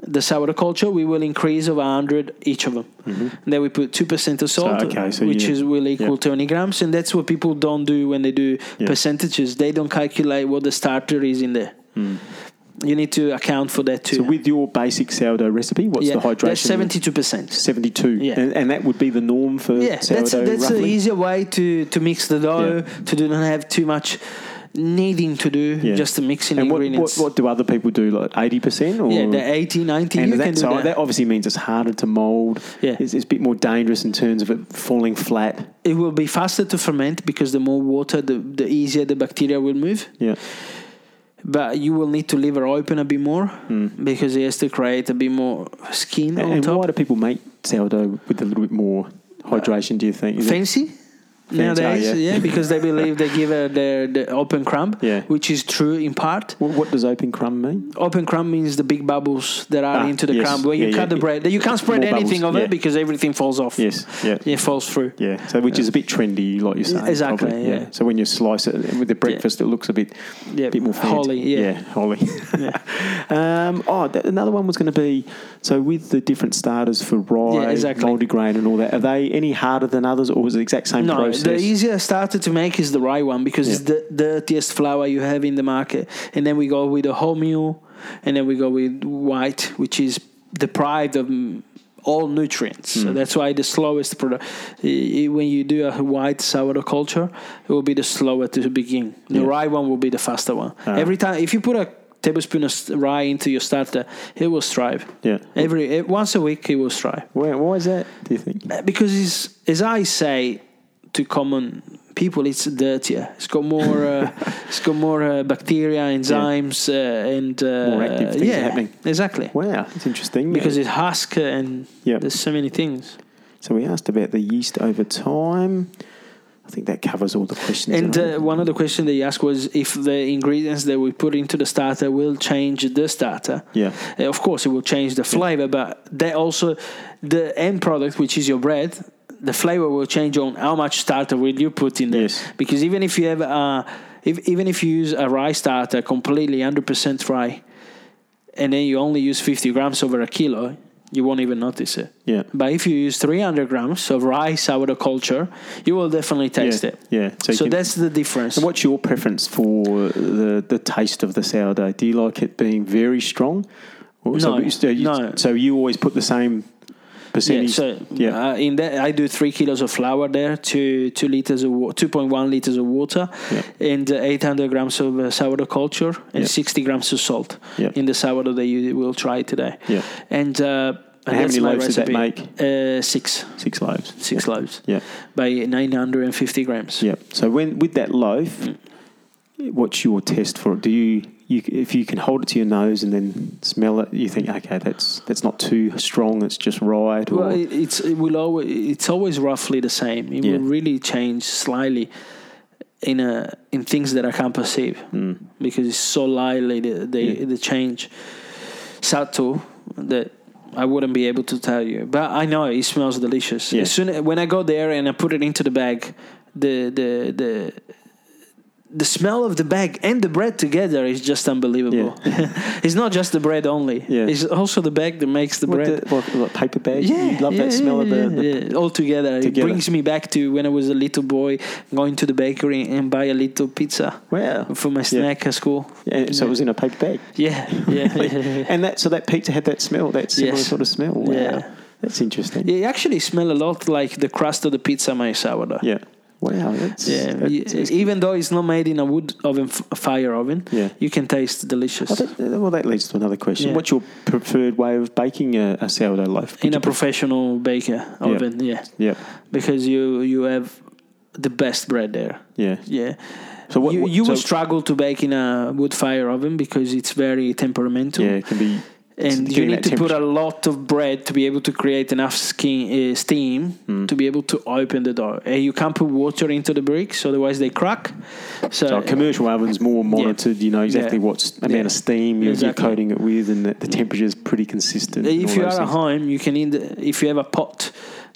C: the sour culture, we will increase of 100 each of them. And then we put 2% of salt,
B: okay, Mm-hmm. so
C: which
B: you-
C: is will equal
B: yeah.
C: 20 grams. And that's what people don't do when they do
B: Yeah.
C: percentages. They don't calculate what the starter is in there. You need to account for that too.
B: Mm. So, with your basic sourdough recipe, what's the hydration?
C: That's 72%.
B: Seventy-two.
C: Yeah.
B: And, and that would be the norm for
C: Yeah,
B: sourdough.
C: that's a, that's an
B: roughly?
C: easier way to to mix the dough to do not have too much needing to do
B: Yeah.
C: just the mixing
B: And what, what,
C: ingredients.
B: what do other people do? Like eighty percent, or
C: yeah, the 80, 90,
B: And
C: you
B: that,
C: can do
B: so
C: that.
B: that obviously means it's harder to mold.
C: Yeah.
B: It's, it's a bit more dangerous in terms of it falling flat.
C: It will be faster to ferment because the more water, the, the easier the bacteria will move.
B: Yeah.
C: But you will need to leave it open a bit more because it has to create a bit more skin
B: And,
C: on
B: Mm. and
C: top.
B: why do people make sourdough with a little bit more hydration? Do you think? Is it-
C: Fancy?
B: Fans are,
C: nowadays,
B: yeah.
C: yeah. because they believe they give her the, the open crumb,
B: Yeah.
C: which is true in part.
B: Wh- What does open crumb mean?
C: Open crumb means the big bubbles that are
B: Ah,
C: into the
B: yes.
C: crumb where you
B: Yeah,
C: cut
B: yeah,
C: the bread. You can't spread
B: More bubbles,
C: anything of
B: yeah.
C: it because everything falls off.
B: Yes. Yeah.
C: It falls through.
B: Yeah, so which is a bit trendy, like you're saying.
C: Exactly,
B: probably,
C: yeah.
B: So when you slice it with the breakfast, it looks a bit,
C: Yeah,
B: bit more fancy.
C: holy, yeah.
B: holy. um, oh, th- another one was going to be so with the different starters for rye,
C: Yeah, exactly.
B: multigrain, and all that. Are they any harder than others, or was it the exact same
C: No,
B: process?
C: the easier starter to make is the rye one because it's the dirtiest flour you have in the market. And then we go with the wholemeal, and then we go with white, which is deprived of mm, all nutrients.
B: Hmm.
C: So that's why the slowest product. When you do a white sourdough culture, it will be the slower to begin. The
B: Yeah. Ah.
C: rye one will be the faster one. Every time, if you put a tablespoon of s- rye into your starter, it will strive.
B: Yeah.
C: Every eh, once a week, it will strive
B: Why, why is that? Do you think?
C: because it's, as I say to common people, it's dirtier. It's got more, uh, it's got more uh, bacteria, enzymes, uh, and uh,
B: More active things
C: yeah,
B: happening.
C: Exactly,
B: Wow, it's interesting
C: because it's husk and
B: Yeah.
C: there's so many things.
B: So we asked about the yeast over time. I think that covers all the questions.
C: And
B: I
C: uh, one of the questions they asked was if the ingredients that we put into the starter will change the starter.
B: Yeah.
C: Uh, of course, it will change the flavor, but that also the end product, which is your bread, the flavor will change on how much starter will you put in there.
B: Yes.
C: Because even if you have uh, if, even if you use a rye starter completely 100% rye, and then you only use 50 grams over a kilo, you won't even notice it.
B: Yeah.
C: But if you use 300 grams of rye sourdough culture, you will definitely taste
B: Yeah,
C: it.
B: yeah. So
C: So,
B: you can-
C: that's the difference.
B: And what's your preference for the, the taste of the sourdough? Do you like it being very strong? Or- so,
C: No,
B: you- so you,
C: no.
B: So you always put the same
C: yeah,
B: percentage.
C: so
B: yeah.
C: Uh, in that I do three kilos of flour there, two two liters of wa- two point one liters of water,
B: Yeah.
C: and uh, eight hundred grams of uh, sourdough culture and
B: Yeah.
C: sixty grams of salt
B: Yeah.
C: in the sourdough that you will try today.
B: Yeah.
C: and, uh, and
B: how
C: that's
B: many
C: my
B: loaves did that
C: recipe. Uh, six,
B: six loaves.
C: six
B: yeah.
C: loaves
B: Yeah,
C: by nine hundred and fifty grams.
B: yeah. So when with that loaf, what's your test for it? Do you, you if you can hold it to your nose and then smell it, you think okay, that's that's not too strong. It's just right. Or,
C: Well, it, it's it will always it's always roughly the same. It will
B: Yeah.
C: really change slightly in a in things that I can't perceive
B: hmm.
C: because it's so lightly the the,
B: Yeah.
C: the change subtle that I wouldn't be able to tell you. But I know it smells delicious.
B: Yeah.
C: As soon when I go there and I put it into the bag, the the the. The smell of the bag and the bread together is just unbelievable. it's not just the bread only.
B: Yeah.
C: It's also the bag that makes the
B: What
C: bread.
B: the- like, like paper bag. you love that smell of the,
C: yeah,
B: the
C: yeah. all together. It
B: Together.
C: brings me back to when I was a little boy going to the bakery and buy a little pizza
B: Wow.
C: for my snack at school.
B: Yeah, so it was in a paper bag.
C: Yeah, yeah, yeah, yeah.
B: And that so that pizza had that smell, that similar
C: Yes.
B: sort of smell. Wow.
C: Yeah.
B: That's interesting.
C: It actually smell a lot like the crust of the pizza my sourdough.
B: Yeah. Wow. That's,
C: Yeah,
B: that's-
C: y- even though it's not made in a wood oven, f- a fire oven,
B: Yeah.
C: you can taste delicious
B: well, that, well, that leads to another question.
C: Yeah.
B: What's your preferred way of baking a, a sourdough loaf?
C: in a professional baker
B: Yeah.
C: oven. Yeah,
B: yeah,
C: because you you have the best bread there.
B: yeah.
C: Yeah.
B: So what?
C: you
B: what-
C: you will
B: so-
C: struggle to bake in a wood fire oven because it's very temperamental.
B: Yeah, it can be.
C: And
B: it's
C: you
B: getting
C: need
B: that
C: to put a
B: temperature.
C: lot of bread to be able to create enough skin, uh, steam
B: Hmm.
C: to be able to open the door. And you can't put water into the bricks, otherwise they crack. So,
B: So a commercial ovens more monitored. You know exactly
C: Yeah.
B: what s- amount
C: Yeah.
B: of steam you're,
C: Exactly.
B: you're coating it with, and that the temperature is pretty consistent. and
C: uh, if
B: all
C: you are
B: those
C: at
B: things.
C: home, you can in the, if you have a pot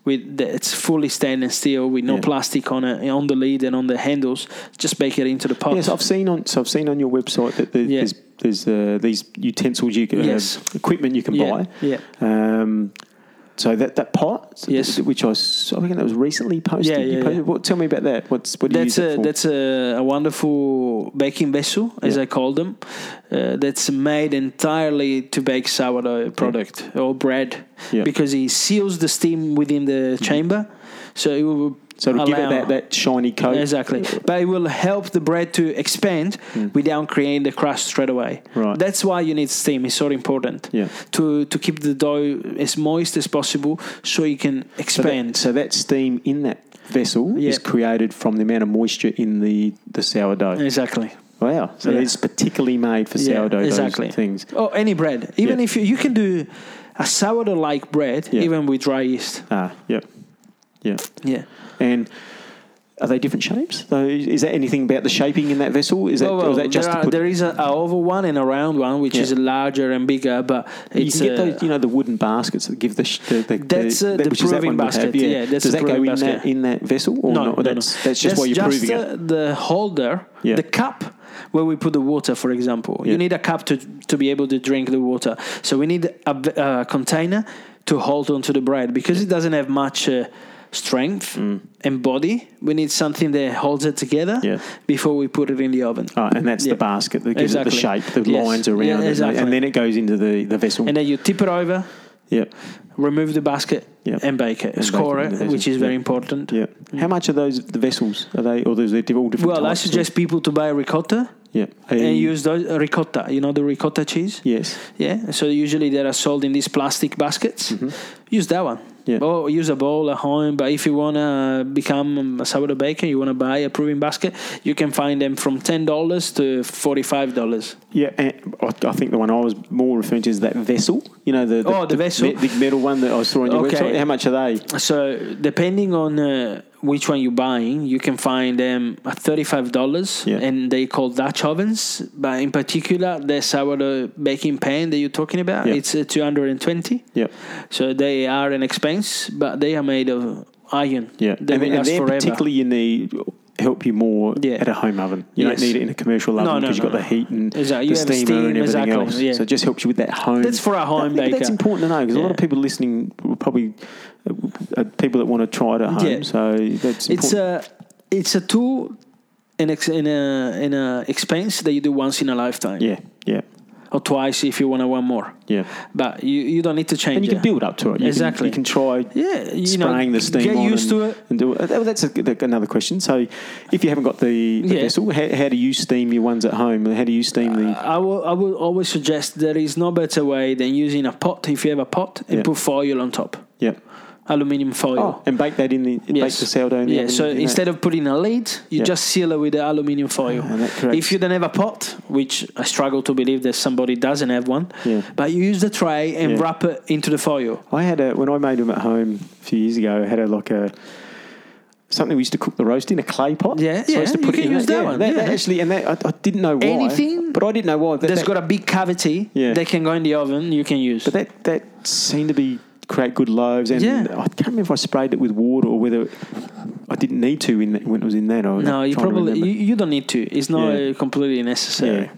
C: with the, it's fully stainless steel with no
B: Yeah.
C: plastic on it on the lid and on the handles, just bake it into the pot.
B: Yes, I've seen on so I've seen on your website that there-
C: Oh. Yeah.
B: there's there's uh, these utensils you can uh,
C: Yes.
B: equipment you can
C: Yeah,
B: buy.
C: yeah.
B: Um, so that that pot, so
C: Yes.
B: th- which I, s- I reckon that was recently posted.
C: Yeah,
B: You
C: yeah,
B: posted-
C: yeah.
B: What, tell me about that. What's what do you use
C: that's
B: it
C: a
B: for?
C: that's a, a wonderful baking vessel, as
B: Yeah.
C: I call them. Uh, that's made entirely to bake sourdough product or bread,
B: Yeah. Mm-hmm.
C: because it seals the steam within the chamber, so it will.
B: so to give it
C: allow-
B: that, that shiny coat.
C: Exactly, but it will help the bread to expand without creating the crust straight away.
B: Mm. Right.
C: That's why you need steam. It's so important.
B: Yeah.
C: To to keep the dough as moist as possible, so you can
B: So that-
C: expand.
B: So that steam in that vessel
C: Yeah.
B: is created from the amount of moisture in the the sourdough.
C: exactly.
B: Wow! So
C: Yeah.
B: it's particularly made for sourdough. those things.
C: Oh, any bread. Even
B: Yeah.
C: if you, you can do a sourdough like bread,
B: Yeah.
C: even with dry yeast.
B: Ah, yep, yeah.
C: Yeah.
B: And Are they different shapes? So is that anything about the shaping in that vessel? Is that,
C: Oh, Well,
B: or is
C: well,
B: that just
C: there,
B: to
C: are,
B: put,
C: there is a, a oval one and a round one, which
B: Yeah.
C: is larger and bigger, but
B: you
C: it's
B: can get
C: uh,
B: those, you know, the wooden baskets that give the sh- the, the
C: That's, uh,
B: the,
C: the
B: which is that
C: proving
B: one we
C: basket.
B: Have,
C: Yeah,
B: Does
C: that's the
B: that go in
C: proving
B: that
C: basket.
B: in that vessel or
C: no,
B: not?
C: no, no.
B: that's, that's just why you're
C: just
B: proving it.
C: the, The holder,
B: Yeah.
C: the cup where we put the water, for example.
B: Yeah.
C: You need a cup to, to be able to drink the water. So we need a v- uh, container to hold onto the bread because it doesn't have much uh, strength and body. We need something that holds it together
B: Mm. Yeah.
C: before we put it in the oven.
B: Oh, and that's
C: Yeah.
B: the basket that gives it the
C: Exactly.
B: shape, the
C: Yes.
B: lines around
C: Yeah,
B: it,
C: exactly.
B: and then it goes into the, the vessel.
C: And then you tip it over,
B: yep.
C: remove the basket,
B: Yeah.
C: and bake it.
B: And
C: Score
B: bake it in the
C: it, which
B: vessel.
C: is very
B: Yeah.
C: important.
B: Yeah. How much are those the vessels? Are they or those they're all different?
C: Well, I
B: types?
C: suggest people to buy ricotta
B: Yeah. A-
C: and use those, uh, ricotta. You know the ricotta cheese.
B: Yes.
C: Yeah, so usually they are sold in these plastic baskets. Use that one.
B: Mm-hmm. Yeah.
C: Or use a bowl at home. But if you want to become a sourdough baker, you want to buy a proving basket, you can find them from $10 to $45.
B: Yeah. And I I think the one I was more referring to is that vessel. You know the, the
C: Oh, the vessel.
B: me- the metal one that I saw on your
C: Okay.
B: website. How much are they?
C: So depending on uh, which one you're buying, you can find them at $35
B: Yeah.
C: and they call Dutch ovens. But in particular, the sourdough baking pan that you're talking about,
B: Yeah.
C: it's uh, 220
B: Yep.
C: So they are an expense, but they are made of iron.
B: Yeah.
C: they
B: and
C: will
B: and
C: last
B: they're
C: forever.
B: particularly you need help you more
C: Yeah.
B: at a home oven. You
C: Yes.
B: don't need it in a commercial
C: No,
B: oven
C: no,
B: because
C: no,
B: you've got
C: no.
B: the heat and
C: Exactly.
B: the
C: You have
B: steamer
C: steam,
B: and everything
C: exactly,
B: else.
C: yeah.
B: So it just helps you with that home.
C: That's for a home
B: That- That's
C: baker.
B: important to know because a lot of
C: Yeah.
B: people listening will probably uh, are people that want to try it at home.
C: Yeah.
B: So that's important.
C: it's uh, a it's a tool in ex, in a in a expense that you do once in a lifetime.
B: yeah, yeah,
C: or twice if you want to one more.
B: yeah.
C: But you, you don't need to change.
B: and you
C: it.
B: can build up to it. You
C: Exactly.
B: Can, you can try
C: Yeah, you know,
B: spraying the steam
C: get
B: on
C: used
B: and,
C: to it.
B: and do it. Oh, That's a, good- another question. So, if you haven't got the, the
C: Yeah. Uh,
B: vessel, how, how do you steam your ones at home? How do you steam the?
C: I will, I will always suggest there is no better way than using a pot if you have a pot and
B: Yeah.
C: put foil on top,
B: yeah.
C: aluminium foil.
B: Oh, and bake that in the bake the sourdough. In the
C: yeah.
B: oven
C: so
B: in that.
C: instead of putting a lid, you
B: Yeah.
C: just seal it with the aluminium foil.
B: Ah, that corrects-
C: if you don't have a pot, which I struggle to believe that somebody doesn't have one,
B: Yeah.
C: but you use the tray and
B: Yeah.
C: wrap it into the foil.
B: I had a when I made them at home a few years ago. I had a like a something we used to cook the roast in a clay pot.
C: Yeah,
B: so I used
C: yeah,
B: to put
C: you
B: it
C: can
B: in
C: use that one,
B: That,
C: yeah.
B: actually, and that I, I didn't know why.
C: Anything
B: but I didn't know why. That,
C: That's
B: that-
C: got a big cavity
B: Yeah.
C: that can go in the oven. You can use.
B: But that that seemed to be create good loaves, and
C: Yeah.
B: I can't remember if I sprayed it with water or whether I didn't need to in that, when it was in that. I was
C: no, you
B: trying to
C: probably you,
B: remember.
C: you don't need to. It's not
B: Yeah.
C: uh, completely necessary.
B: yeah,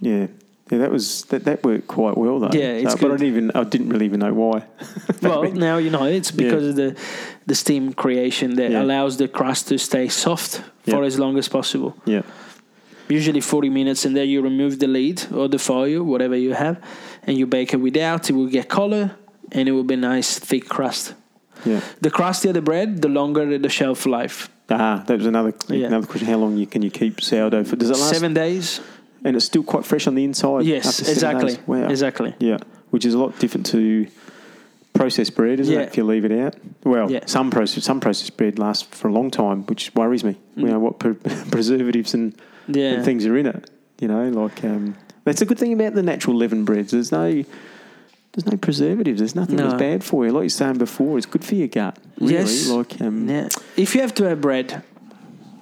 B: yeah, yeah. That was that, that worked quite well though. Uh,
C: Yeah,
B: but
C: it's
B: I
C: good.
B: didn't even I didn't really even know why.
C: Well, now you know it's because of the the steam creation that
B: Yeah.
C: allows the crust to stay soft for
B: Yeah.
C: as long as possible.
B: yeah,
C: Usually 40 minutes, and then you remove the lid or the foil, whatever you have, and you bake it without. It will get color, and it will be nice thick crust.
B: yeah.
C: The crustier the bread, the longer the shelf life.
B: Ah, that was another
C: Yeah.
B: another question. How long you, can you keep sourdough for? Does it last? Oh,
C: Seven days.
B: And it's still quite fresh on the inside.
C: Yes,
B: after seven
C: exactly.
B: days? Wow.
C: Exactly.
B: Yeah, which is a lot different to processed bread, isn't
C: Yeah.
B: it? If you leave it out, well,
C: Yeah.
B: some process some processed bread lasts for a long time, which worries me. You know what pre- preservatives and,
C: Mm. Yeah.
B: and things are in it. You know, like um, that's a good thing about the natural leavened breads. There's no there's no preservatives. There's nothing that's
C: No.
B: bad for you. Like you were saying before, it's good for your gut. Really.
C: Yes.
B: Like um, yeah,
C: Yeah. If you have to have bread,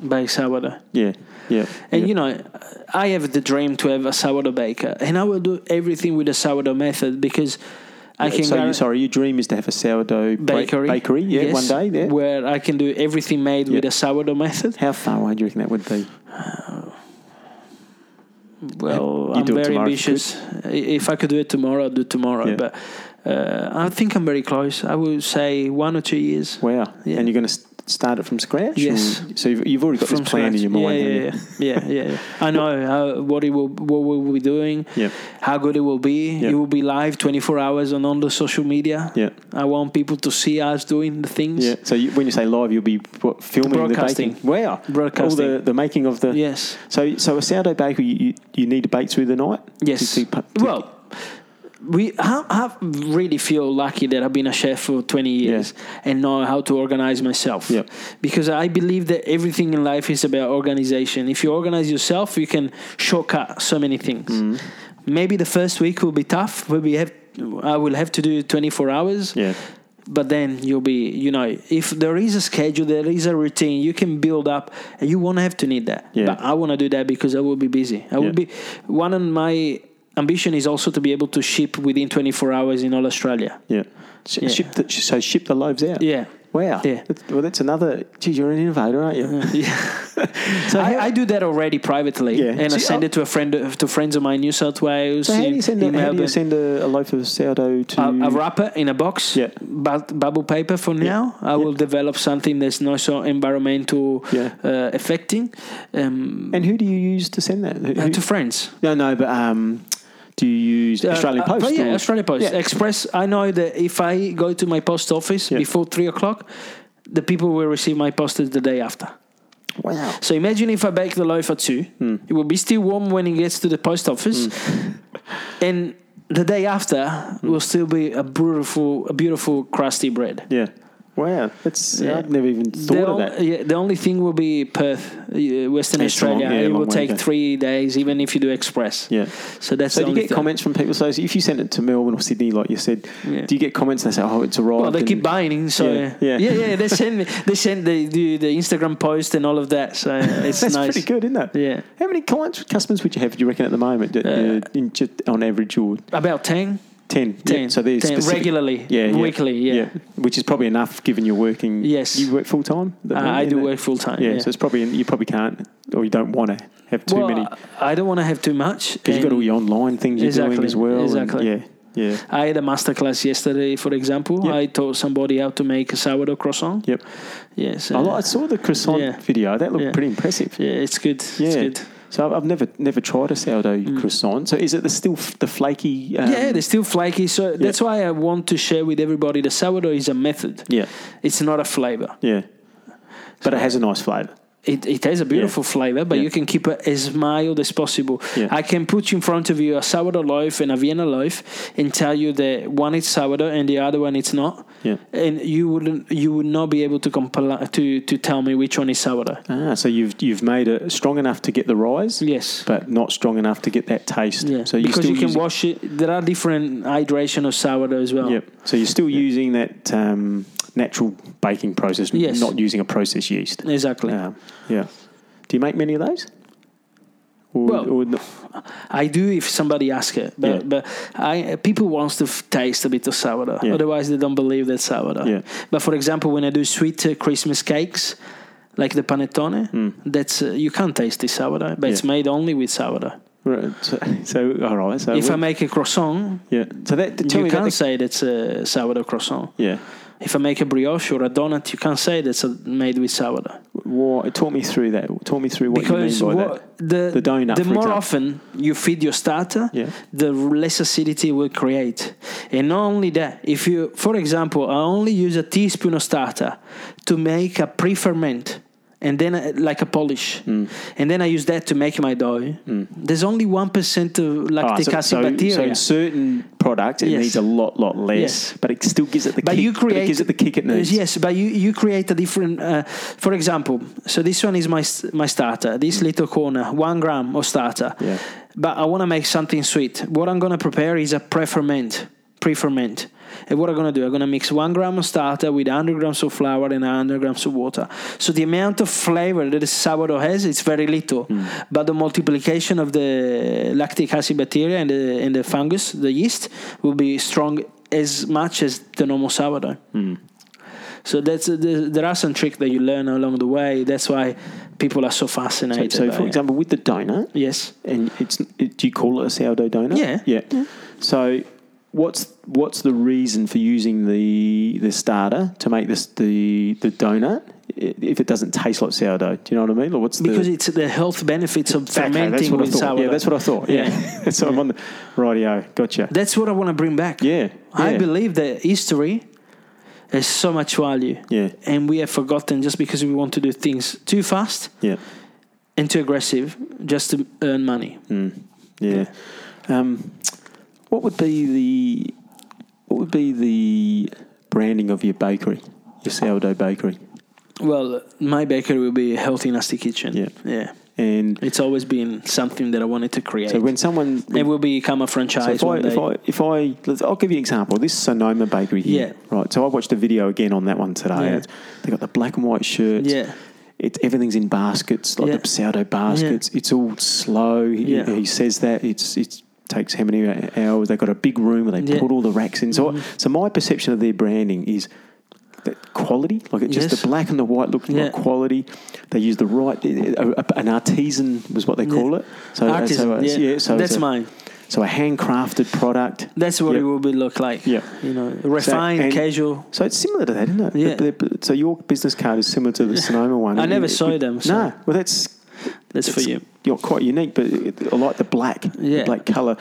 C: bake sourdough.
B: yeah, yeah.
C: And you know, I have the dream to have a sourdough baker, and I will do everything with the sourdourh method because I can.
B: So you,
C: guarantee
B: sorry, your dream is to have a sourdough ba-
C: bakery,
B: bakery, yeah,
C: yes,
B: one day. Yeah.
C: where I can do everything made with
B: Yeah.
C: a sourdough method.
B: How far away do you reckon that would be?
C: Well,
B: You
C: I'm
B: do it
C: very
B: tomorrow if you
C: ambitious. I- If I could do it tomorrow, I'd do it tomorrow.
B: Yeah.
C: But uh, I think I'm very close. I would say one or two years.
B: Wow.
C: Yeah.
B: And you're going to start it from scratch?
C: Yes.
B: Or- so you've, you've already got
C: From
B: this plan
C: scratch.
B: in your mind.
C: Yeah,
B: haven't
C: yeah, yeah, yeah, yeah, yeah. I know how, what it will, what we will be doing,
B: Yep.
C: how good it will be.
B: Yep.
C: It will be live 24 hours on all the social media.
B: Yeah.
C: I want people to see us doing the things.
B: you? Yeah. So you, when you say live, you'll be what, filming the
C: Broadcasting.
B: baking. Wow.
C: Broadcasting.
B: All the, the making of the.
C: Yes.
B: So so a sourdough baker, you, you, you need to bake through the night.
C: Yes.
B: To- to- to-
C: well, we I, I really feel lucky that I've been a chef for 20 years and know how to organize myself.
B: Yeah.
C: Because I believe that everything in life is about organization. If you organize yourself, you can shortcut so many things.
B: Mm.
C: Maybe the first week will be tough. Maybe have, I will have to do 24 hours.
B: Yeah.
C: but then you'll be you know if there is a schedule there is a routine you can build up and you won't have to need that
B: Yeah.
C: but i want to do that because i will be busy i will
B: Yeah.
C: be one of my ambition is also to be able to ship within 24 hours in all australia
B: Yeah. Sh-
C: Yeah.
B: Ship the, so ship the loaves out.
C: yeah
B: Wow.
C: Yeah.
B: That's- well, that's another. Geez, you're an innovator, aren't you?
C: so
B: how-
C: I, I do that already privately,
B: Yeah.
C: and I
B: See,
C: send
B: I-
C: it to a friend to friends of mine in New South Wales.
B: So how do
C: in-
B: you send,
C: in
B: a, how do you
C: Melbourne.
B: send a, a loaf of sourdough to?
C: I'll, I'll wrap it in a box,
B: Mm. Yeah.
C: but bubble paper for now. I will develop something that's not so environmental
B: Yeah.
C: uh, affecting um,
B: and who do you use to send that? Who-
C: uh,
B: who-
C: to friends.
B: no, no, but um, do you use
C: Uh,
B: Australian
C: uh,
B: Post?
C: but yeah,
B: or-
C: Australian Post.
B: Yeah.
C: Express. I know that if I go to my post office
B: Yeah.
C: before three o'clock, the people will receive my postage the day after.
B: Wow.
C: So imagine if I bake the loaf at two,
B: Hmm.
C: it will be still warm when it gets to the post office, and the day after
B: Hmm.
C: will still be a beautiful, a beautiful crusty bread.
B: Yeah. Wow. That's
C: Yeah.
B: I've never even thought
C: the
B: of
C: on-
B: that.
C: yeah, the only thing will be Perth, uh, Western
B: It's a long-
C: Australia.
B: yeah,
C: it
B: long
C: will
B: way,
C: take
B: okay.
C: three days, even if you do express.
B: Yeah.
C: So that's
B: So
C: the
B: do you
C: only
B: get
C: thing.
B: comments from people? So if you send it to Melbourne or Sydney, like you said,
C: Yeah.
B: do you get comments? and They say, "Oh, it's arrived."
C: Well, they
B: and-
C: keep buying, so
B: Yeah, yeah.
C: yeah, yeah, yeah. they send me, they send the, the the Instagram post and all of that. So it's
B: That's
C: nice.
B: pretty good, isn't it?
C: Yeah,
B: How many clients, customers would you have? Do you reckon at the moment, that, uh,
C: Uh,
B: in, just on average, or
C: about 10,
B: ten?
C: 10,
B: Yeah, so there's
C: 10
B: specific-
C: regularly,
B: Yeah, yeah,
C: weekly, yeah.
B: which is probably enough given you're working.
C: Yes.
B: you work full time.
C: Uh, I do work full time.
B: Yeah,
C: Yeah,
B: so it's probably you probably can't or you don't want to have too
C: Well,
B: many
C: I don't want to have too much.
B: because you've got all
C: and-
B: your online things you're doing
C: Exactly,
B: as well. and-
C: exactly.
B: yeah, yeah,
C: I had a masterclass yesterday, for example.
B: Yep.
C: I taught somebody how to make a sourdough croissant.
B: yep.
C: Yes,
B: I, li- I saw the croissant
C: yeah.
B: video. That looked
C: Yeah.
B: pretty impressive.
C: yeah, it's good.
B: Yeah.
C: It's good. Mm.
B: So I've, I've never never tried a sourdough croissant. So is it the still f- the flaky? Um,
C: yeah, they're still flaky. So that's why I want to share with everybody the sourdough is a method.
B: yeah,
C: It's not a flavor.
B: yeah. But it has a nice flavour.
C: It, it has a beautiful flavor, but
B: Yeah.
C: you can keep it as mild as possible.
B: Yeah.
C: I can put in front of you a sourdough loaf and a Vienna loaf and tell you that one is sourdough and the other one it's not.
B: Yeah.
C: And you wouldn't you would not be able to compla- to to tell me which one is sourdough.
B: Ah, so you've you've made it strong enough to get the rise,
C: Yes.
B: but not strong enough to get that taste.
C: Yeah.
B: So you
C: because
B: still
C: you can
B: using-
C: wash it. There are different hydration of sourdough as well.
B: Yep. So you're still using that um, natural baking process,
C: Yes.
B: not using a processed yeast.
C: Exactly.
B: Um, yeah. Do you make many of those? Or,
C: Well-
B: or not?
C: I do if somebody asks it, but
B: Yeah.
C: but I people wants to f- taste a bit of sourdough.
B: Yeah.
C: Otherwise, they don't believe that sourdough.
B: Yeah.
C: But for example, when I do sweet uh, Christmas cakes, like the panettone, that's uh, you can't taste the sourdough, but it's
B: Hmm. Yeah.
C: made only with sourdough.
B: Right. So, so all right. So
C: if I
B: Uh, we-
C: make a croissant,
B: yeah. So that tell me
C: you
B: about
C: can't
B: the-
C: say that's a sourdough croissant.
B: yeah.
C: If I make a brioche or a donut, you can't say that's a, made with sourdough.
B: What, talk me through that. Talk me through what
C: because
B: you mean by
C: what, the
B: The donut,
C: the
B: for
C: more
B: example.
C: often you feed your starter,
B: Yeah.
C: the less acidity it will create. And not only that, if you, for example, I only use a teaspoon of starter to make a pre-ferment. And then, uh, like a polish,
B: Hmm.
C: and then I use that to make my dough. There's only one percent of
B: that. Hmm. Ah,
C: lactic
B: so,
C: acid
B: so,
C: bacteria.
B: so in certain products, it
C: Yes.
B: needs a lot, lot less,
C: Yes.
B: but it still gives it the
C: but
B: kick.
C: you create
B: it gives it the kick it needs.
C: Yes, but you, you create a different. Uh, for example, so this one is my s- my starter. This little corner, one gram of starter.
B: Yeah.
C: But I want to make something sweet. What I'm gonna prepare is a pre-ferment. Pre-ferment. And what I'm gonna do? I'm gonna mix one gram of starter with 100 grams of flour and 100 grams of water. So the amount of flavor that the sourdough has, it's very little. But the multiplication of the lactic acid bacteria and the and the fungus, the yeast, will be strong as much as the normal sourdough. So that's uh, there, there are some tricks that you learn along the way. That's why people are so
B: So,
C: fascinated.
B: so
C: by
B: for
C: it.
B: example, with the donut,
C: yes,
B: And it's it, do you call it a sourdough donut?
C: Yeah.
B: yeah. So what's what's the reason for using the the starter to make this the the donut i- if it doesn't taste like sourdough? Do you know what I mean? Or what's
C: because
B: the,
C: it's the health benefits of
B: Okay,
C: fermenting
B: that's what I
C: with
B: thought.
C: sourdough.
B: Yeah, that's what I thought. Yeah. so I'm on the radio. Gotcha.
C: That's what I want to bring back.
B: yeah.
C: I
B: yeah.
C: believe that history has so much value.
B: Yeah.
C: And we have forgotten just because we want to do things too fast
B: Yeah.
C: and too aggressive just to earn money.
B: Mm. Yeah. Um, what would be the what would be the branding of your bakery, your sourdough bakery?
C: Well, my bakery will be healthy nasty kitchen.
B: Yeah.
C: Yeah.
B: And
C: It's always been something that I wanted to create.
B: so when someone
C: it will become a
B: So
C: franchise.
B: if I,
C: one day.
B: if I, if I, let's, I'll give you an example. This Sonoma Bakery here,
C: Yeah.
B: right? So I watched a video again on that one today.
C: Yeah.
B: It's- They got the black and white shirts.
C: Yeah.
B: It's everything's in baskets, like
C: Yeah.
B: the sourdough baskets. It's all slow. He,
C: Yeah.
B: he says that it's it takes how many hours? They've got a big room where they
C: Yeah. Mm-hmm.
B: put all the racks in. So, I- so my perception of their branding is that quality, like it's just
C: Yes.
B: the black and the white look
C: Yeah.
B: like quality. They use the right, a- a- an artisan was what they
C: Yeah.
B: call it. So, so
C: Artisan,
B: it's-
C: yeah.
B: so it's
C: That's
B: a-
C: mine.
B: So a handcrafted product.
C: That's what
B: Yep.
C: it will be look like.
B: Yeah.
C: You know, refined,
B: and-
C: casual.
B: So it's similar to that, isn't it?
C: Yeah.
B: But- but- so your business card is similar to the Sonoma one.
C: I
B: And
C: never
B: it-
C: saw
B: it-
C: them, so-
B: No, well that's
C: That's for
B: it's-
C: you.
B: You're quite unique, but it- I like the black,
C: Yeah.
B: black color.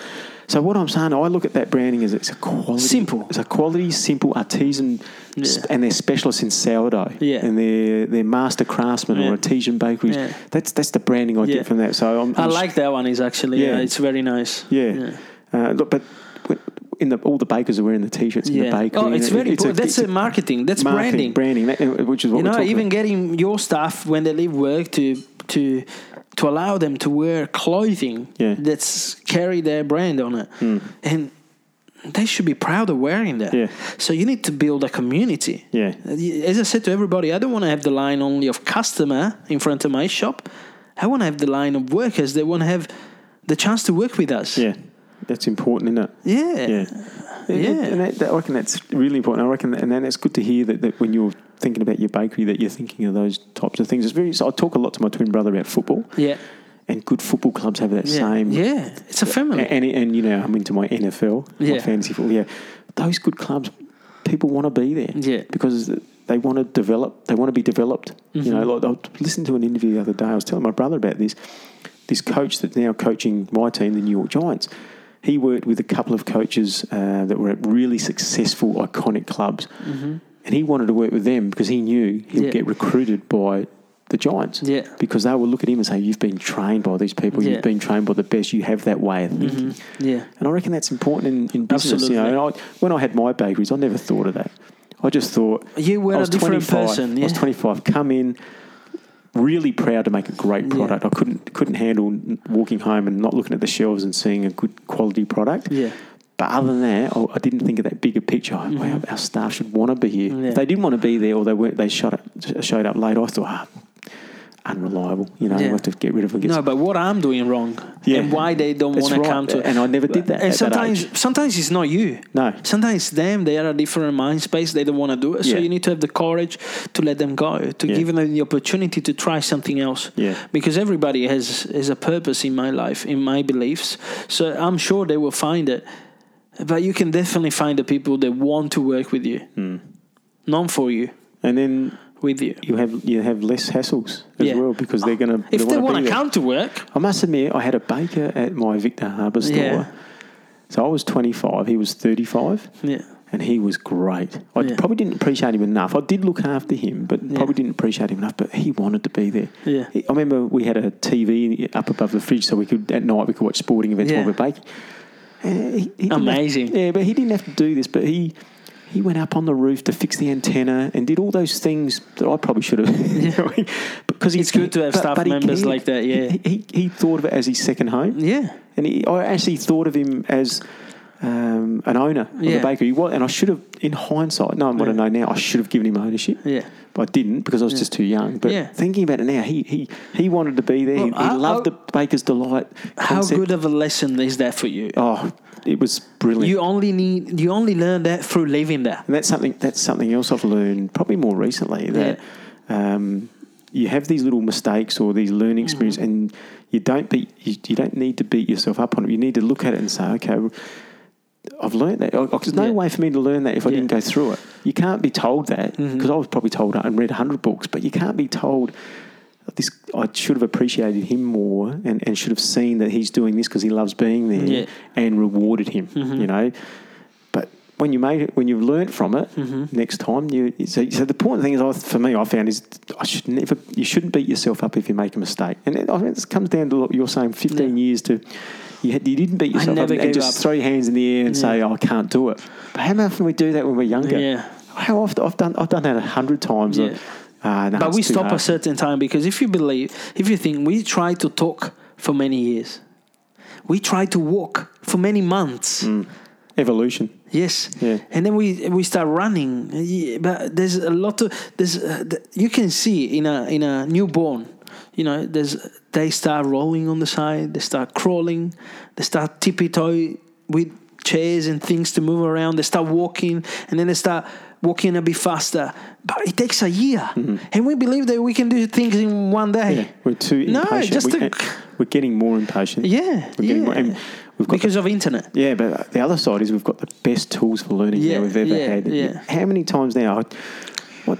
B: So what I'm saying, I look at that branding as it's a quality,
C: Simple.
B: It's a quality, simple artisan,
C: Yeah.
B: and they're specialists in sourdough.
C: Yeah.
B: and they're they're master craftsmen
C: Yeah.
B: or artisan bakeries.
C: Yeah.
B: That's that's the branding I
C: Yeah.
B: get from that. So I'm,
C: I
B: I'm
C: like that one. Is actually yeah.
B: Yeah.
C: it's very nice.
B: yeah. Uh, look, but in the all the bakers are wearing the t-shirts in
C: Yeah.
B: the bakery.
C: oh,
B: and
C: it's
B: it-
C: very
B: it's a-
C: important.
B: it's
C: That's
B: a
C: a marketing. That's branding.
B: marketing, branding, that- uh, which is what we're
C: you know,
B: talking
C: even
B: about.
C: getting your staff when they leave work to to to allow them to wear clothing
B: Yeah. Hmm.
C: that's carry their brand on it, and they should be proud of wearing that.
B: Yeah.
C: So you need to build a community. Uh,
B: Yeah.
C: As I said to everybody, I don't want to have the line only of customer in front of my shop. I want to have the line of workers. They want to have the chance to work with us.
B: Yeah, that's important, isn't it?
C: Yeah.
B: Yeah. And-
C: Yeah.
B: And that, that, I reckon that's really important. I reckon, and then it's good to hear that, that when you're thinking about your bakery, that you're thinking of those types of things. It's very. So I talk a lot to my twin brother about football,
C: Yeah.
B: and good football clubs have that
C: Yeah.
B: same.
C: Yeah. It's a family.
B: And, and and, you know, I'm into my NFL,
C: Yeah.
B: my fantasy football. Yeah, those good clubs, people want to be there.
C: Yeah.
B: because they want to develop. They want to be developed.
C: Mm-hmm.
B: You know, like I listened to an interview the other day. I was telling my brother about this. This coach that's now coaching my team, the New York Giants. He worked with a couple of coaches uh, that were at really successful, iconic clubs, and he wanted to work with them because he knew he would
C: Mm-hmm. Yeah.
B: get recruited by the Giants.
C: Yeah.
B: because they would look at him and say, "You've been trained by these people.
C: Yeah.
B: You've been trained by the best. You have that way of thinking."
C: Yeah.
B: And I reckon that's important in, in business. You
C: Mm-hmm. Absolutely.
B: know, and I, when I had my bakeries, I never thought of that. I just thought
C: You were
B: I
C: a
B: was
C: different
B: 25,
C: person,
B: I was
C: yeah.
B: 25. Come in, really proud to make a great
C: Yeah.
B: product. I couldn't couldn't handle n- walking home and not looking at the shelves and seeing a good quality product.
C: Yeah.
B: But other than that, I, I didn't think of that bigger picture. Wow, our staff should want to be here.
C: Mm-hmm. Yeah.
B: If they didn't want to be there, or they weren't, they shut up, showed up late. I thought, ah, unreliable. You know,
C: Yeah.
B: we have to get rid of them. Get
C: No, but what I'm doing wrong
B: Yeah.
C: and why they don't
B: That's
C: want to
B: right,
C: come to
B: and I never did that
C: And
B: at that
C: sometimes,
B: age.
C: sometimes it's not you.
B: No.
C: Sometimes them they are a different mind space. They don't want to do it. So
B: Yeah.
C: you need to have the courage to let them go, to
B: Yeah.
C: give them the opportunity to try something else.
B: Yeah.
C: Because everybody has has a purpose in my life, in my beliefs. So I'm sure they will find it. But you can definitely find the people that want to work with you,
B: Hmm.
C: not for you,
B: and then
C: with you.
B: you have you have less hassles as
C: Yeah.
B: well because they're going to
C: If they want to
B: there.
C: come to work,
B: I must admit, I had a baker at my Victor Harbour store.
C: Yeah.
B: So I was 25, he was 35,
C: yeah.
B: and he was great. I
C: Yeah.
B: probably didn't appreciate him enough. I did look after him, but probably didn't appreciate him enough. But he wanted to be there.
C: Yeah.
B: He- I remember we had a TV up above the fridge, so we could at night we could watch sporting events
C: Yeah.
B: while we're baking. And he- he didn't have-
C: Amazing.
B: yeah, but he didn't have to do this. But he he went up on the roof to fix the antenna and did all those things that I probably should have. because he-
C: It's good to have staff
B: he
C: members
B: cared.
C: like that, yeah.
B: he, he, he thought of it as his second home.
C: Yeah.
B: And he, I actually thought of him as um, an owner of
C: Yeah.
B: the bakery. He was, and I should have, in hindsight, knowing what I know now, I should have given him ownership.
C: Yeah.
B: But I didn't because I was just too young. But
C: Yeah.
B: thinking about it now, he he, he wanted to be there. he,
C: Well, I-
B: he loved
C: I-
B: the Baker's Delight
C: How
B: concept.
C: good of a lesson is that for you?
B: Oh, it was brilliant.
C: You only need you only learn that through living that.
B: And that's something that's something else I've learned probably more recently that um, you have these little mistakes or these
C: Mm-hmm.
B: learning experiences, and you don't beat you, you don't need to beat yourself up on it. You need to look at it and say, okay. well, I've learned that. I- I- There's no
C: Yeah.
B: way for me to learn that if I
C: Yeah. Mm-hmm.
B: didn't go through it. You can't be told that because I was probably told and read 100 books, but you can't be told "Oh, this. I should have appreciated him more and, and should have seen that he's doing this because he loves being there
C: Yeah. Mm-hmm.
B: and rewarded him. You know, but when you made it, when you've learnt from it,
C: Mm-hmm.
B: next time you. So, so the important thing is, I, for me, I found is I should never. You shouldn't beat yourself up if you make a mistake, and it, I think this comes down to what you're saying. Fifteen years to. You, had- you didn't beat yourself
C: never
B: up and
C: gave
B: just
C: up.
B: throw your hands in the air and say, oh, "I can't do it." But how often we do that when we're younger?
C: Yeah.
B: How often I've done I've done that a hundred times.
C: Yeah.
B: Uh, no,
C: but
B: it's
C: we
B: too
C: stop a
B: hard.
C: certain time because if you believe, if you think, we try to talk for many years, we try to walk for many months.
B: Evolution.
C: Yes.
B: Yeah.
C: And then we we start running, Yeah, but there's a lot of there's uh, th- you can see in a in a newborn, you know, there's they start rolling on the side, they start crawling, they start tippy toe with chairs and things to move around, they start walking, and then they start walking a bit faster. But it takes a year, and we believe that we can do things in one day.
B: Mm-hmm. Yeah, we're too
C: No,
B: impatient.
C: just
B: we,
C: a-
B: are getting more impatient.
C: Yeah,
B: we're getting
C: yeah.
B: more, and we've got
C: because of internet.
B: Yeah, but the other side is we've got the best tools for learning
C: Yeah,
B: now we've ever
C: yeah,
B: had.
C: yeah.
B: How many times now? What?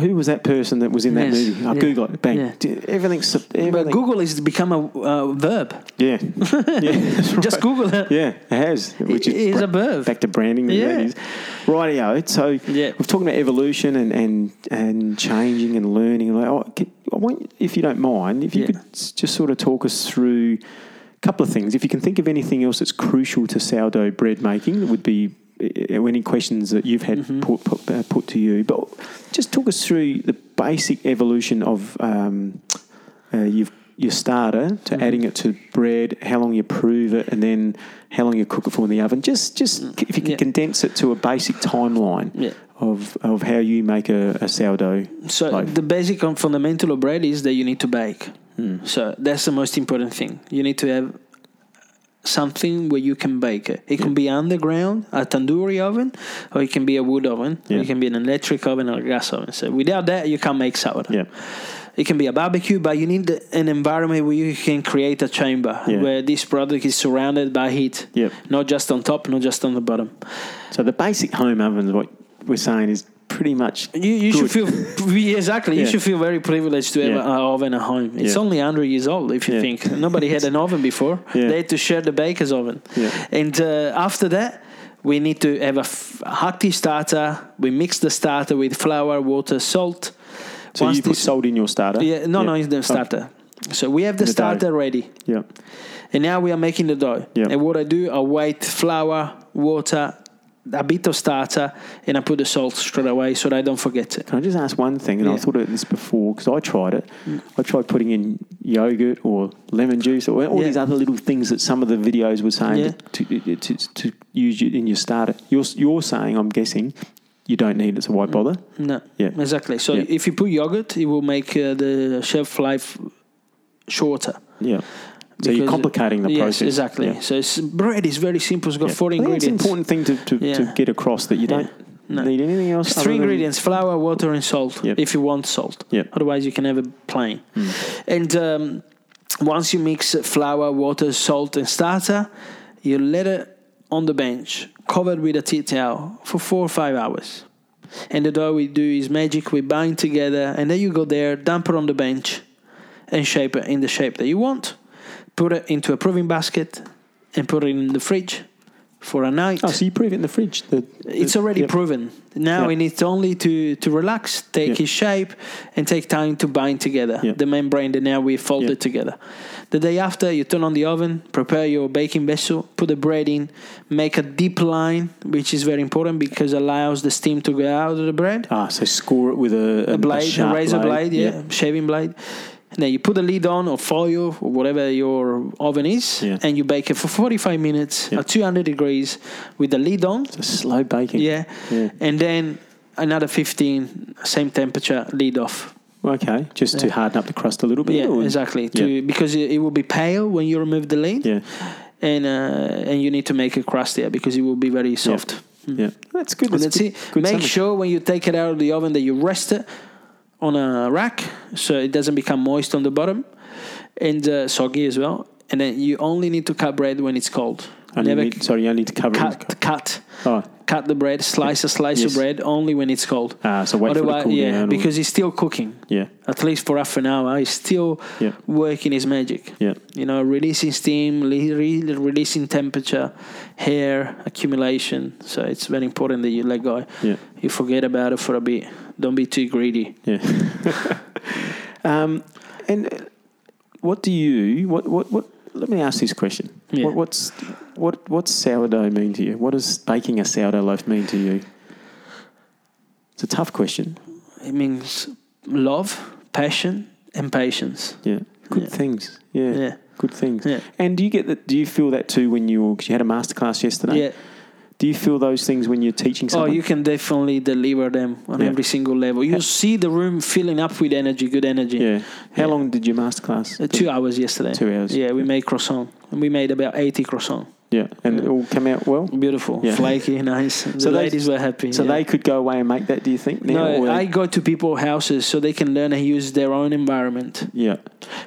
B: Who was that person that was in that
C: Yes,
B: movie? I
C: yeah,
B: Google it. Bang.
C: yeah.
B: D- Everything's. sub-
C: But
B: everything.
C: Google is become a uh, verb.
B: Yeah. yeah that's
C: Just
B: right.
C: Google it.
B: Yeah, it has. Which
C: It is
B: bra-
C: a birth.
B: Back to branding. Yeah.
C: Yeah.
B: That is. Rightio. So
C: Yeah.
B: we've talked about evolution and, and, and changing and learning. Like, oh, can- I want, if you don't mind, if you
C: Yeah.
B: could s- just sort of talk us through a couple of things. If you can think of anything else that's crucial to sourdough bread making, it would be uh, uh, any questions that you've had
C: Mm-hmm.
B: put, put, uh, put to you. But just talk us through the basic evolution of um, uh, you've your starter to
C: Mm-hmm.
B: adding it to bread, how long you prove it, and then how long you cook it for in the oven. Just, just c- if you can
C: Mm. Yeah.
B: condense it to a basic timeline
C: Yeah.
B: of of how you make a, a sourdough.
C: So
B: loaf.
C: the basic and fundamental of bread is that you need to bake.
B: Hmm.
C: So that's the most important thing. You need to have something where you can bake it. It can be underground, a tandoori oven, or it can be a wood oven, or
B: Yeah.
C: it can be an electric oven or a gas oven. So without that, you can't make sourdough.
B: yeah,
C: It can be a barbecue, but you need an environment where you can create a chamber
B: Yeah.
C: where this product is surrounded by heat,
B: Yep.
C: not just on top, not just on the bottom.
B: so the basic home oven is what we're saying is pretty much
C: You, you should
B: good.
C: feel yeah, exactly. You
B: Yeah.
C: should feel very privileged to have
B: Yeah.
C: an oven at home. It's
B: Yeah.
C: only 100 years old, if you
B: Yeah.
C: think. Nobody had an oven before.
B: Yeah.
C: They had to share the baker's oven.
B: Yeah.
C: And uh, after that, we need to have a f- hearty starter. We mix the starter with flour, water, salt.
B: So
C: Once
B: you put
C: this-
B: salt in your starter.
C: yeah, no,
B: yeah. Oh.
C: no, it's the starter. So we have the,
B: The dough.
C: starter ready,
B: Yeah,
C: and now we are making the dough.
B: Yeah.
C: And what I do, I wait flour, water, a bit of starter, and I put the salt straight away so that I don't forget it.
B: Can I just ask one thing? And I
C: Yeah.
B: thought of this before because I tried it. I tried putting in yogurt or lemon juice or all
C: Yeah.
B: these other little things that some of the videos were saying
C: Yeah.
B: to, to, to, to use you- in your starter. You're, you're saying, I'm guessing, you don't need it, so
C: Mm.
B: why bother?
C: No.
B: Yeah.
C: Exactly. So
B: Yeah.
C: if you put yogurt, it will make uh, the shelf life shorter.
B: Yeah. So you're
C: Because-
B: complicating the
C: yes,
B: process.
C: Exactly.
B: Yeah.
C: So it's, bread is very simple. It's got
B: Yeah.
C: four
B: I think
C: ingredients.
B: It's an important thing to, to,
C: Yeah.
B: to get across that you don't
C: No.
B: need anything else.
C: It's
B: other
C: three
B: than-
C: ingredients: flour, water, and salt.
B: Yep.
C: If you want salt,
B: Yep. Hmm.
C: otherwise you can have it plain. And um, once you mix flour, water, salt, and starter, you let it on the bench, covered with a tea towel, for four or five hours. And the dough we do is magic. We bind together, and then you go there, dump it on the bench, and shape it in the shape that you want. Put it into a proving basket, and put it in the fridge for a night
B: Oh, so you prove it in the fridge. The,
C: it's
B: the-
C: already
B: yep.
C: proven. Now
B: Yep.
C: we need only to, to relax, take
B: Yep.
C: its shape, and take time to bind together
B: Yep.
C: the membrane. That now we fold
B: Yep.
C: it together. The day after, you turn on the oven, prepare your baking vessel, put the bread in, make a deep line, which is very important because allows the steam to go out of the bread.
B: Ah, so score it with a,
C: A blade, a,
B: sharp
C: razor blade, yeah, shaving blade. And then you put the lid on or foil or whatever your oven is,
B: Yeah.
C: and you bake it for 45 minutes
B: Yep.
C: at 200 degrees with the lid on.
B: It's a slow baking.
C: Yeah.
B: Yeah.
C: And then another 15, same temperature, lead off.
B: Okay, just to harden up the crust a little bit.
C: Yeah,
B: or-
C: exactly. To, Because it, it will be pale when you remove the lid.
B: Yeah,
C: And, uh, and you need to make it crustier because it will be very soft.
B: yeah, that's good.
C: And
B: That's,
C: that's
B: good,
C: it.
B: good
C: Make
B: summary.
C: sure when you take it out of the oven that you rest it on a rack so it doesn't become moist on the bottom and uh, soggy as well. And then you only need to cut bread when it's cold.
B: Only
C: Never
B: need, sorry, you only need to cover it. with-
C: cut, cut.
B: Oh,
C: cut the bread, slice a slice
B: Yes.
C: of bread only when it's cold.
B: Ah, so wait for it to cool
C: yeah,
B: down or-
C: because it's still cooking.
B: yeah,
C: At least for half an hour, he's still
B: Yeah.
C: working his magic.
B: yeah.
C: You know, releasing steam, le- re- releasing temperature, hair accumulation. So it's very important that you let go.
B: Yeah.
C: You forget about it for a bit. Don't be too greedy.
B: Yeah. um, and uh, what do you? What? What? What? Let me ask this question.
C: Yeah.
B: What, what's what? What's sourdough mean to you? What does baking a sourdough loaf mean to you? It's a tough question.
C: It means love, passion, and patience.
B: Yeah. Good
C: Yeah.
B: things. Yeah.
C: Yeah.
B: Good things.
C: Yeah.
B: And do you get that? Do you feel that too when you? Because you had a masterclass yesterday.
C: Yeah.
B: Do you feel those things when you're teaching
C: Oh,
B: someone?
C: you can definitely deliver them on
B: Yeah.
C: every single level. You see the room filling up with energy, good energy.
B: yeah. How
C: Yeah.
B: long did your masterclass?
C: Uh, two hours yesterday.
B: Two hours.
C: Yeah, we made croissant. And we made about 80 croissant.
B: Yeah. And it all come out well.
C: Beautiful,
B: Yeah.
C: flaky, nice. The
B: So they-
C: ladies were happy.
B: So
C: yeah.
B: they could go away and make that. Do you think? Now,
C: No,
B: or they-
C: I go to people's houses so they can learn and use their own environment.
B: Yeah.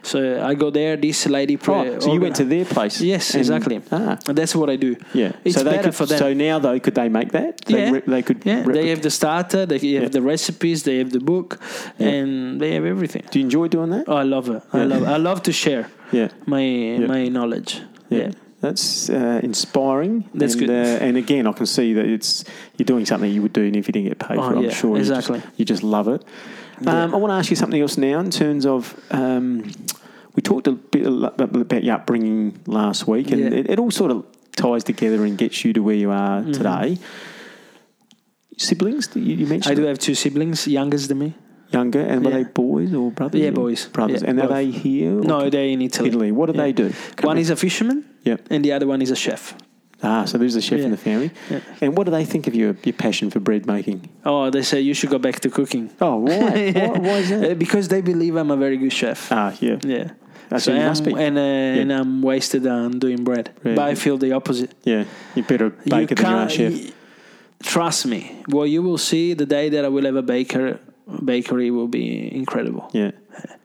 C: So I go there. This lady. Pre-
B: Oh, so you went to their place?
C: Yes,
B: and-
C: exactly.
B: Ah.
C: And that's what I do.
B: Yeah.
C: It's
B: so they
C: better
B: could,
C: for them.
B: So now though, could they make that? They
C: Yeah.
B: re- they could.
C: Yeah, they
B: replicate-
C: have the starter. They have
B: Yeah.
C: the recipes. They have the book,
B: Yeah.
C: and they have everything.
B: Do you enjoy doing that?
C: Oh, I love it. I
B: Yeah.
C: love. I love to share
B: Yeah.
C: my my knowledge.
B: Yeah.
C: Yeah.
B: That's uh, inspiring.
C: That's
B: and,
C: good.
B: Uh, and again, I can see that it's you're doing something you would do, and if you didn't get paid
C: Oh,
B: for, it, I'm
C: yeah,
B: sure you just- you
C: exactly.
B: just, love it. Um, I want to ask you something else now in terms of. Um, we talked a bit a lot about your upbringing last week, and
C: Yeah. Mm-hmm.
B: it, it all sort of ties together and gets you to where you are today. Siblings, that you, you mentioned
C: I do have two siblings, youngest than me.
B: younger, and were
C: Yeah.
B: they boys or brothers?
C: Yeah,
B: or
C: boys.
B: brothers.
C: Yeah,
B: and are
C: both.
B: they here? or
C: No, they're in Italy.
B: Italy. What do
C: Yeah.
B: they do?
C: One is a fisherman,
B: Yep.
C: and the other one is a chef.
B: Ah, so there's a chef in
C: Yeah.
B: the family.
C: Yeah.
B: And what do they think of your, your passion for bread making?
C: Oh, they say you should go back to cooking.
B: Oh, why? why? Why is
C: Uh,
B: that?
C: because they believe I'm a very good chef.
B: Ah, yeah.
C: Yeah.
B: Ah, so you
C: I'm,
B: must be.
C: And, uh, and I'm wasted on doing bread.
B: Right.
C: But I feel the opposite.
B: Yeah, you're better baker than you are a chef.
C: y- Trust me. What you will see the day that I will have a baker bakery will be incredible.
B: yeah,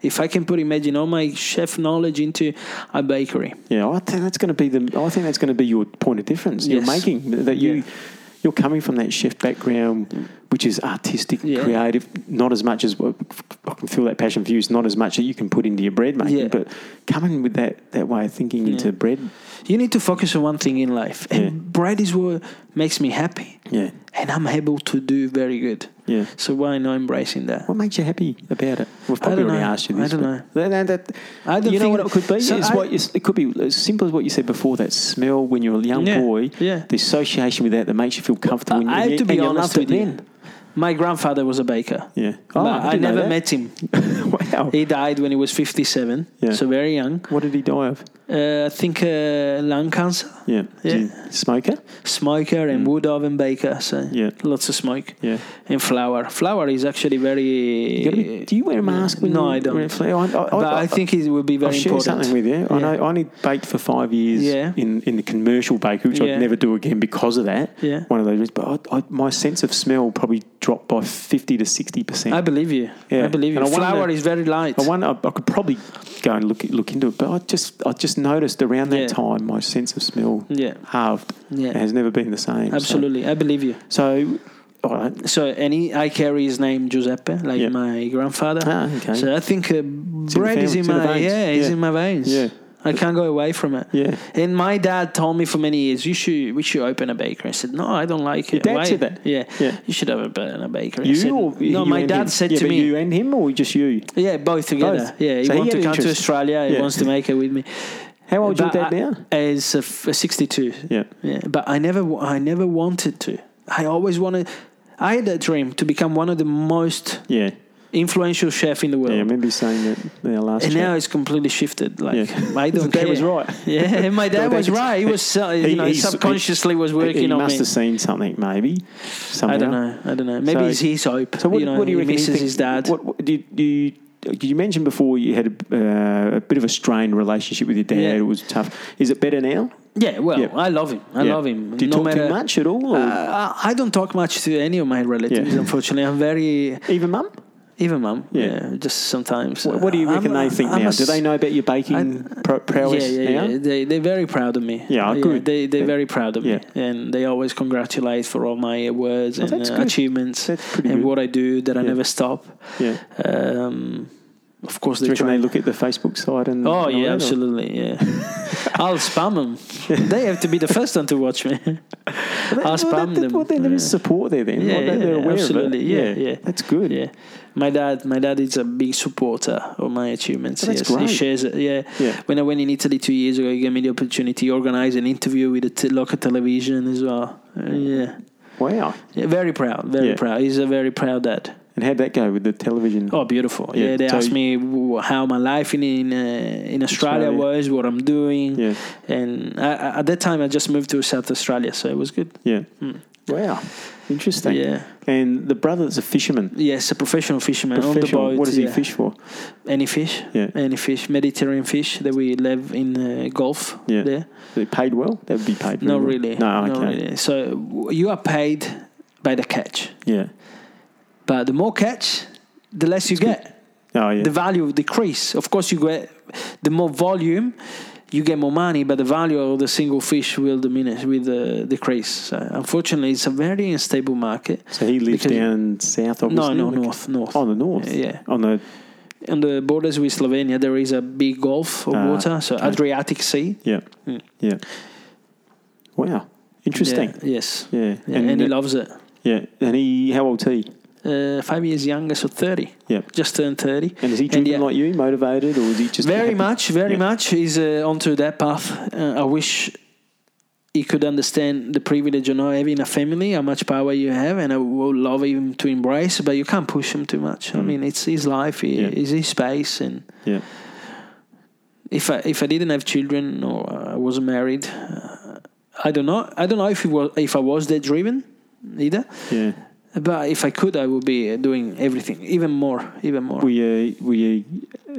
C: If I can put imagine all my chef knowledge into a bakery.
B: yeah. I think that's going to be the. I think that's going to be your point of difference. You're
C: Yes.
B: making th- that you.
C: Yeah.
B: You're coming from that chef background, which is artistic,
C: Yeah.
B: creative. Not as much as I can feel that passion for you. It's not as much that you can put into your bread making,
C: Yeah.
B: but coming with that that way of thinking into bread,
C: You need to focus on one thing in life. And
B: Yeah.
C: bread is what makes me happy.
B: yeah,
C: And I'm able to do very good.
B: yeah.
C: So why not embracing that?
B: What makes you happy about it? We've
C: I don't
B: probably already
C: know.
B: asked you this.
C: I don't
B: but- That, that, that-
C: I don't
B: you know
C: think-
B: what it could be?
C: So
B: It's
C: I-
B: what you, it could be as simple as what you said before that smell when you're a young
C: Yeah,
B: boy,
C: yeah.
B: the association with that that makes you feel comfortable. and
C: I
B: you-
C: have to
B: and
C: be
B: you
C: honest
B: loved it
C: with you. My grandfather was a baker.
B: then. Yeah.
C: But
B: Oh, I
C: I,
B: didn't know
C: never
B: that.
C: met him.
B: wow.
C: He died when he was 57,
B: Yeah.
C: so very young.
B: What did he die of?
C: Uh, I think uh, lung cancer,
B: Yeah.
C: Yeah.
B: You- Smoker?
C: smoker, and wood oven baker. So
B: Mm. Yeah.
C: lots of smoke
B: Yeah.
C: and flour. Flour is actually
B: You gotta
C: very.
B: be, do you wear a mask when
C: Uh, No,
B: you
C: I don't.
B: wear a flare? I, I, I,
C: but I, think it will be
B: I'll
C: very
B: share
C: important.
B: something with you. I
C: Yeah.
B: know I only baked for five years
C: Yeah.
B: in, in the commercial bakery, which
C: Yeah.
B: I'd never do again because of that.
C: Yeah.
B: One of those reasons. But I, I, my sense of smell probably dropped by 50 to 60%.
C: I believe you.
B: Yeah.
C: I believe you.
B: And I wonder-
C: flour is very light.
B: I wonder, I, I could probably go and look look into it, but I just I just noticed around that
C: Yeah.
B: time my sense of smell
C: yeah,
B: halved.
C: Yeah.
B: It has never been the same. So-
C: absolutely. I believe you.
B: So, all right.
C: So, and he, I carry his name Giuseppe, like
B: Yeah.
C: my grandfather.
B: Ah, okay.
C: So I think uh,
B: the
C: bread
B: fam-
C: is in
B: it's in the
C: my
B: veins.
C: yeah, it's
B: Yeah.
C: in my veins.
B: Yeah.
C: I can't go away from it.
B: Yeah.
C: And my dad told me for many years, you should we should open a bakery. I said, no, I don't like it.
B: dad
C: Why?"
B: said that?
C: Yeah.
B: Yeah.
C: You should open a bakery. I
B: You
C: said,
B: or
C: no,
B: you
C: my
B: and him?
C: dad said
B: yeah,
C: to
B: but
C: me,
B: you and him, or just you?
C: yeah, both together.
B: Both.
C: Yeah. He
B: So he
C: wants
B: had
C: to come to
B: interest.
C: Australia. He
B: Yeah.
C: wants to make it with me.
B: How old is your
C: But
B: dad
C: I-
B: now?
C: As a f- a 62.
B: Yeah.
C: Yeah, but I never, wa- I never wanted to. I always wanted. I had that dream to become one of the most
B: Yeah.
C: influential chef in the world.
B: Yeah, I remember you saying that in our last
C: and
B: chat.
C: now it's completely shifted. Like
B: Yeah.
C: I don't
B: Dad
C: care.
B: was right.
C: Yeah, and my dad
B: Dad
C: was
B: was-
C: right. He was, uh,
B: He-
C: you know, he
B: he's-
C: subconsciously was
B: He- he
C: working on
B: must
C: me.
B: have seen something, maybe. Somehow.
C: I don't know. I don't know. Maybe
B: So-
C: it's his hope.
B: So what,
C: you know,
B: what do you
C: he
B: reckon?
C: misses
B: think-
C: his dad.
B: What, what, do you, do you, you mentioned before you had a, uh, a bit of a strained relationship with your dad.
C: Yeah.
B: It was tough. Is it better now?
C: yeah, well,
B: Yeah.
C: I love him. I
B: Yeah.
C: love him.
B: Do you
C: no
B: talk
C: matter,
B: too much at all? Or
C: Uh, I I don't talk much to any of my relatives,
B: Yeah.
C: unfortunately. I'm very
B: even mum?
C: even mum.
B: Yeah.
C: Yeah. just sometimes.
B: What, what do you
C: uh,
B: reckon
C: I'm-
B: they think
C: I'm
B: now?
C: a
B: Do they know about your baking pro- prowess
C: yeah, yeah,
B: now?
C: Yeah. They they're very proud of me.
B: Yeah, good.
C: They they're
B: Yeah.
C: very proud of
B: Yeah.
C: me, and they always congratulate for all my awards
B: Oh,
C: and
B: that's
C: uh,
B: good.
C: achievements and
B: That's pretty good.
C: what I do. That I
B: Yeah.
C: never stop.
B: Yeah.
C: Um, of course,
B: Do you
C: they
B: reckon
C: try.
B: they look at the Facebook side and? and
C: Oh
B: all
C: yeah,
B: that, or-
C: absolutely. Yeah, I'll spam them. they have to be the first one to watch me.
B: Well,
C: I'll
B: that- well,
C: spam
B: that-
C: them.
B: Well, then there is support there. Then
C: Yeah,
B: Well, they-
C: yeah,
B: they're aware
C: absolutely.
B: Of
C: Yeah,
B: it.
C: yeah.
B: That's good.
C: Yeah, my dad, my dad is a big supporter of my achievements.
B: Oh, that's
C: yes,
B: great.
C: he shares it. Yeah.
B: Yeah.
C: when I went in Italy two years ago, he gave me the opportunity to organize an interview with the t- local television as well. Uh, yeah.
B: Wow.
C: yeah, very proud, very
B: Yeah.
C: proud. He's a very proud dad.
B: And how'd that go with the television?
C: Oh, beautiful. Yeah,
B: Yeah,
C: they
B: so-
C: asked me w- how my life in in, uh, in Australia,
B: Australia.
C: was, what I'm doing.
B: Yeah,
C: And I, I- at that time, I just moved to South Australia, so it was good.
B: yeah.
C: Mm.
B: Wow, interesting.
C: Yeah.
B: And the brother's a fisherman.
C: Yes, a professional fisherman
B: Professional.
C: on the boat.
B: what does he
C: yeah.
B: fish for?
C: Any fish.
B: Yeah.
C: Any fish, Mediterranean fish that we live in uh, Gulf
B: Yeah.
C: there.
B: They paid well. That would be paid. very
C: Not
B: well.
C: really.
B: No, okay.
C: Not really. So w- you are paid by the catch,
B: Yeah.
C: but the more catch, the less you get.
B: Oh, yeah.
C: the value decrease. Of course, you get the more volume, you get more money, but the value of the single fish will diminish with the decrease. So unfortunately, it's a very unstable market.
B: so he lives
C: because-
B: down south,
C: No,
B: obviously. Oh.
C: no,
B: like-
C: north, north.
B: On the north.
C: Yeah,
B: On the
C: on the borders with Slovenia, there is a big gulf of
B: Ah,
C: water, so
B: okay.
C: Adriatic Sea.
B: yeah,
C: Mm.
B: yeah. Wow, interesting.
C: Yeah, yes,
B: Yeah,
C: Yeah, and, he
B: that-
C: loves it.
B: yeah, and he. How old's he?
C: Uh, five years younger, so thirty.
B: Yeah.
C: just turned thirty.
B: And is he driven
C: yeah.
B: like you, motivated, or is he just
C: very
B: happy?
C: much, very
B: Yeah.
C: much. He's uh, onto that path. Uh, I wish he could understand the privilege of not having a family, how much power you have, and I would love him to embrace. But you can't push him too much. I
B: Mm.
C: mean, it's his life, he,
B: Yeah.
C: it's his space, and
B: Yeah,
C: if I if I didn't have children or I wasn't married, uh, I don't know. I don't know if it was if I was that driven either.
B: yeah.
C: But if I could, I would be uh, doing everything, even more, even more.
B: Will you, will you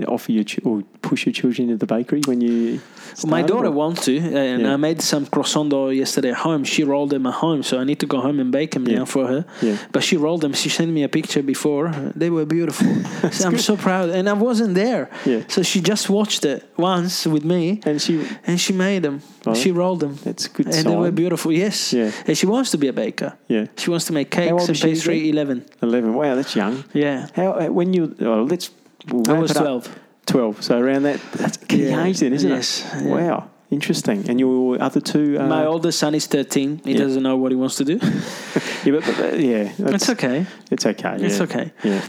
B: offer your ch- or push your children to the bakery when you? Started,
C: My daughter
B: or-
C: wants to, uh, and
B: Yeah.
C: I made some croissant dough yesterday at home. She rolled them at home, so I need to go home and bake them
B: Yeah.
C: now for her.
B: Yeah,
C: But she rolled them. She sent me a picture before. They were beautiful. so I'm
B: good.
C: so proud, and I wasn't there.
B: yeah.
C: So she just watched it once with me,
B: And she.
C: and she made them.
B: Oh.
C: She rolled them,
B: That's a good.
C: and
B: sign.
C: they were beautiful. Yes.
B: Yeah,
C: And she wants to be a baker.
B: yeah.
C: She wants to make
B: old
C: cakes and
B: is she
C: pastry.
B: again?
C: Eleven.
B: Eleven. Wow, that's young.
C: Yeah.
B: How uh, when you? Oh, let's. We'll
C: I
B: wrap
C: was
B: it up.
C: twelve.
B: Twelve. So around that. That's a key
C: Yeah.
B: age then, isn't
C: Yes,
B: it?
C: yeah.
B: Wow. Interesting. And your other two. Uh,
C: My oldest son is thirteen. He
B: Yeah.
C: doesn't know what he wants to do.
B: Yeah, but, but, uh, yeah,
C: it's
B: that's,
C: okay.
B: it's okay.
C: It's
B: yeah.
C: okay.
B: Yeah,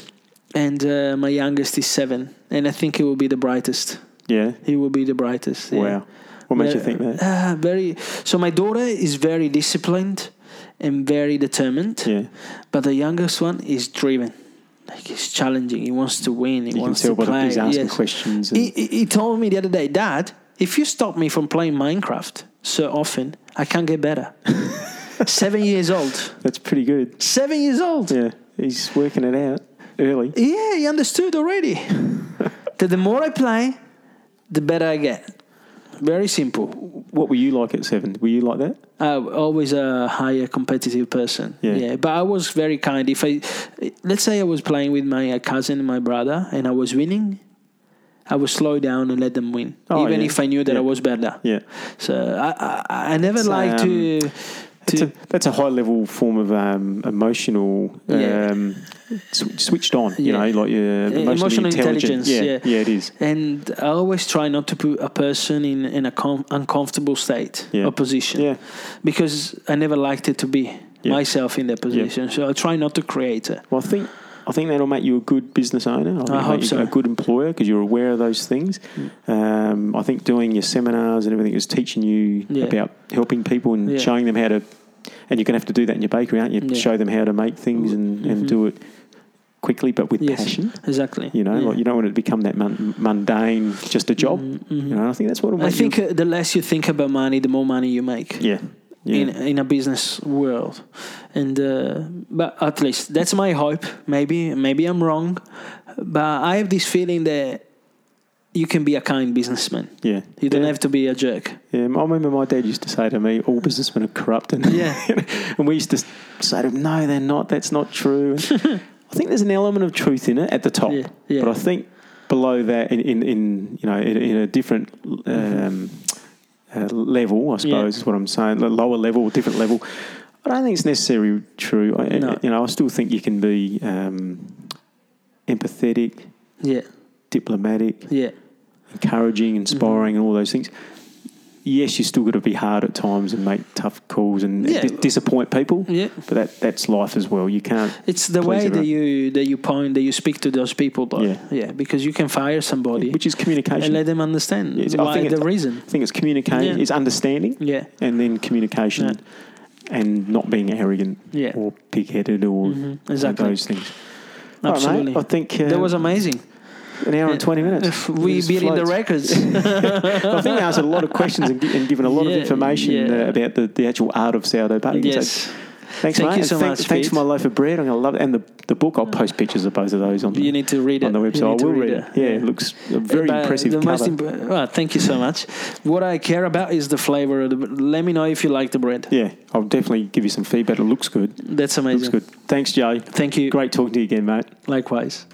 C: and uh, my youngest is seven, and I think he will be the brightest.
B: yeah.
C: He will be the brightest. yeah.
B: Wow. What makes you
C: Ve-
B: think that?
C: Uh, very. So my daughter is very disciplined and very determined,
B: Yeah,
C: but the youngest one is driven. Like he's challenging. He wants to win. He
B: you can
C: wants
B: tell
C: to play.
B: by he's asking
C: yes.
B: questions. And,
C: He, he he told me the other day, Dad, if you stop me from playing Minecraft so often, I can't get better. seven years old.
B: that's pretty good.
C: Seven years old.
B: Yeah, he's working it out early.
C: Yeah, he understood already that the more I play, the better I get. Very simple.
B: What were you like at seven? Were you like that?
C: I was always a higher competitive person.
B: Yeah.
C: but I was very kind. If I let's say I was playing with my cousin and my brother, and I was winning, I would slow down and let them win,
B: Oh,
C: even
B: yeah.
C: if I knew that
B: Yeah.
C: I was better.
B: Yeah,
C: So I I, I never
B: It's,
C: like to
B: that's
C: to
B: a, that's a high level form of um, emotional
C: Yeah.
B: um, sw- switched on. You
C: Yeah.
B: know, like your
C: Uh,
B: emotional,
C: emotional intelligence,
B: intelligence.
C: yeah.
B: yeah, it is.
C: and I always try not to put a person in in a com- uncomfortable state
B: Yeah.
C: or position.
B: Yeah,
C: because I never liked it to be
B: Yeah.
C: myself in that position. So I try not to create it.
B: Well, I think I think that'll make you a good business owner. I, think it'll
C: hope
B: make you
C: so. Mm.
B: a good employer because you're aware of those things. Um, I think doing your seminars and everything is teaching you
C: Yeah.
B: about helping people and
C: Yeah.
B: showing them how to. And you're going to have to do that in your bakery, aren't you?
C: Yeah. Mm-hmm.
B: Show them how to make things and, and do it quickly, but with
C: Yes.
B: passion.
C: Exactly.
B: You know,
C: Yeah.
B: like you don't want it to become that mun- mundane, just a job.
C: Mhm,
B: You
C: mhm.
B: know, I think that's what
C: I think uh, the less you think about money, the more money you make.
B: yeah, yeah,
C: In, in a business world, and uh, but at least that's my hope. Maybe maybe I'm wrong, but I have this feeling that you can be a kind businessman.
B: yeah.
C: You don't
B: yeah.
C: have to be a jerk.
B: Yeah, I remember my dad used to say to me, "All businessmen are corrupt," and
C: Yeah.
B: and we used to say to him, "No, they're not. That's not true." And I think there's an element of truth in it at the top,
C: Yeah, yeah.
B: but I think below that, in, in, in you know, in, in a different um, uh, level, I suppose
C: Mm-hmm. Yeah.
B: is what I'm saying, the lower level, different level. I don't think it's necessarily true. I,
C: No.
B: You know, I still think you can be um, empathetic,
C: Yeah,
B: diplomatic,
C: yeah,
B: encouraging,
C: Mm-hmm.
B: inspiring, and all those things. Yes, you still got to be hard at times and make tough calls and
C: Yeah.
B: dis- disappoint people.
C: yeah.
B: But that that's life as well. You can't.
C: It's the
B: Please,
C: way that
B: everyone.
C: you that you point that you speak to those people, though.
B: Yeah.
C: because you can fire somebody
B: Which is
C: and
B: communication.
C: let them understand
B: Yes, I
C: why
B: think
C: the
B: it's-
C: reason.
B: I think it's communication.
C: Yeah.
B: It's understanding
C: Yeah,
B: and then communication,
C: Yeah.
B: and not being arrogant
C: yeah,
B: or pig-headed or
C: Mhm, exactly.
B: those things. All right, mate,
C: Absolutely.
B: I think uh,
C: that was amazing.
B: an hour and 20 minutes.
C: If we
B: Just
C: beat in the
B: floats.
C: records.
B: I think they answered a lot of questions and, gi- and given a lot
C: Yeah,
B: of information
C: yeah.
B: uh, about the, the actual art of sourdough baking. So
C: yes.
B: thanks,
C: Thank
B: mate.
C: you
B: and
C: so
B: thank-
C: much,
B: Thanks
C: Pete. Mm.
B: for my loaf of bread. I'm gonna love it. and the, the book. I'll post pictures of both of those on the
C: You need to read it.
B: on the
C: You
B: website. I
C: need to
B: will read it. Yeah, it looks a very
C: But
B: impressive
C: The
B: cover.
C: most imp- well, thank you so much. What I care about is the flavor. Of the, let me know if you like the bread.
B: yeah, I'll definitely give you some feedback. It looks good.
C: That's amazing.
B: Looks good. Thanks, Joe.
C: Thank you.
B: Great talking to you again, mate.
C: Likewise.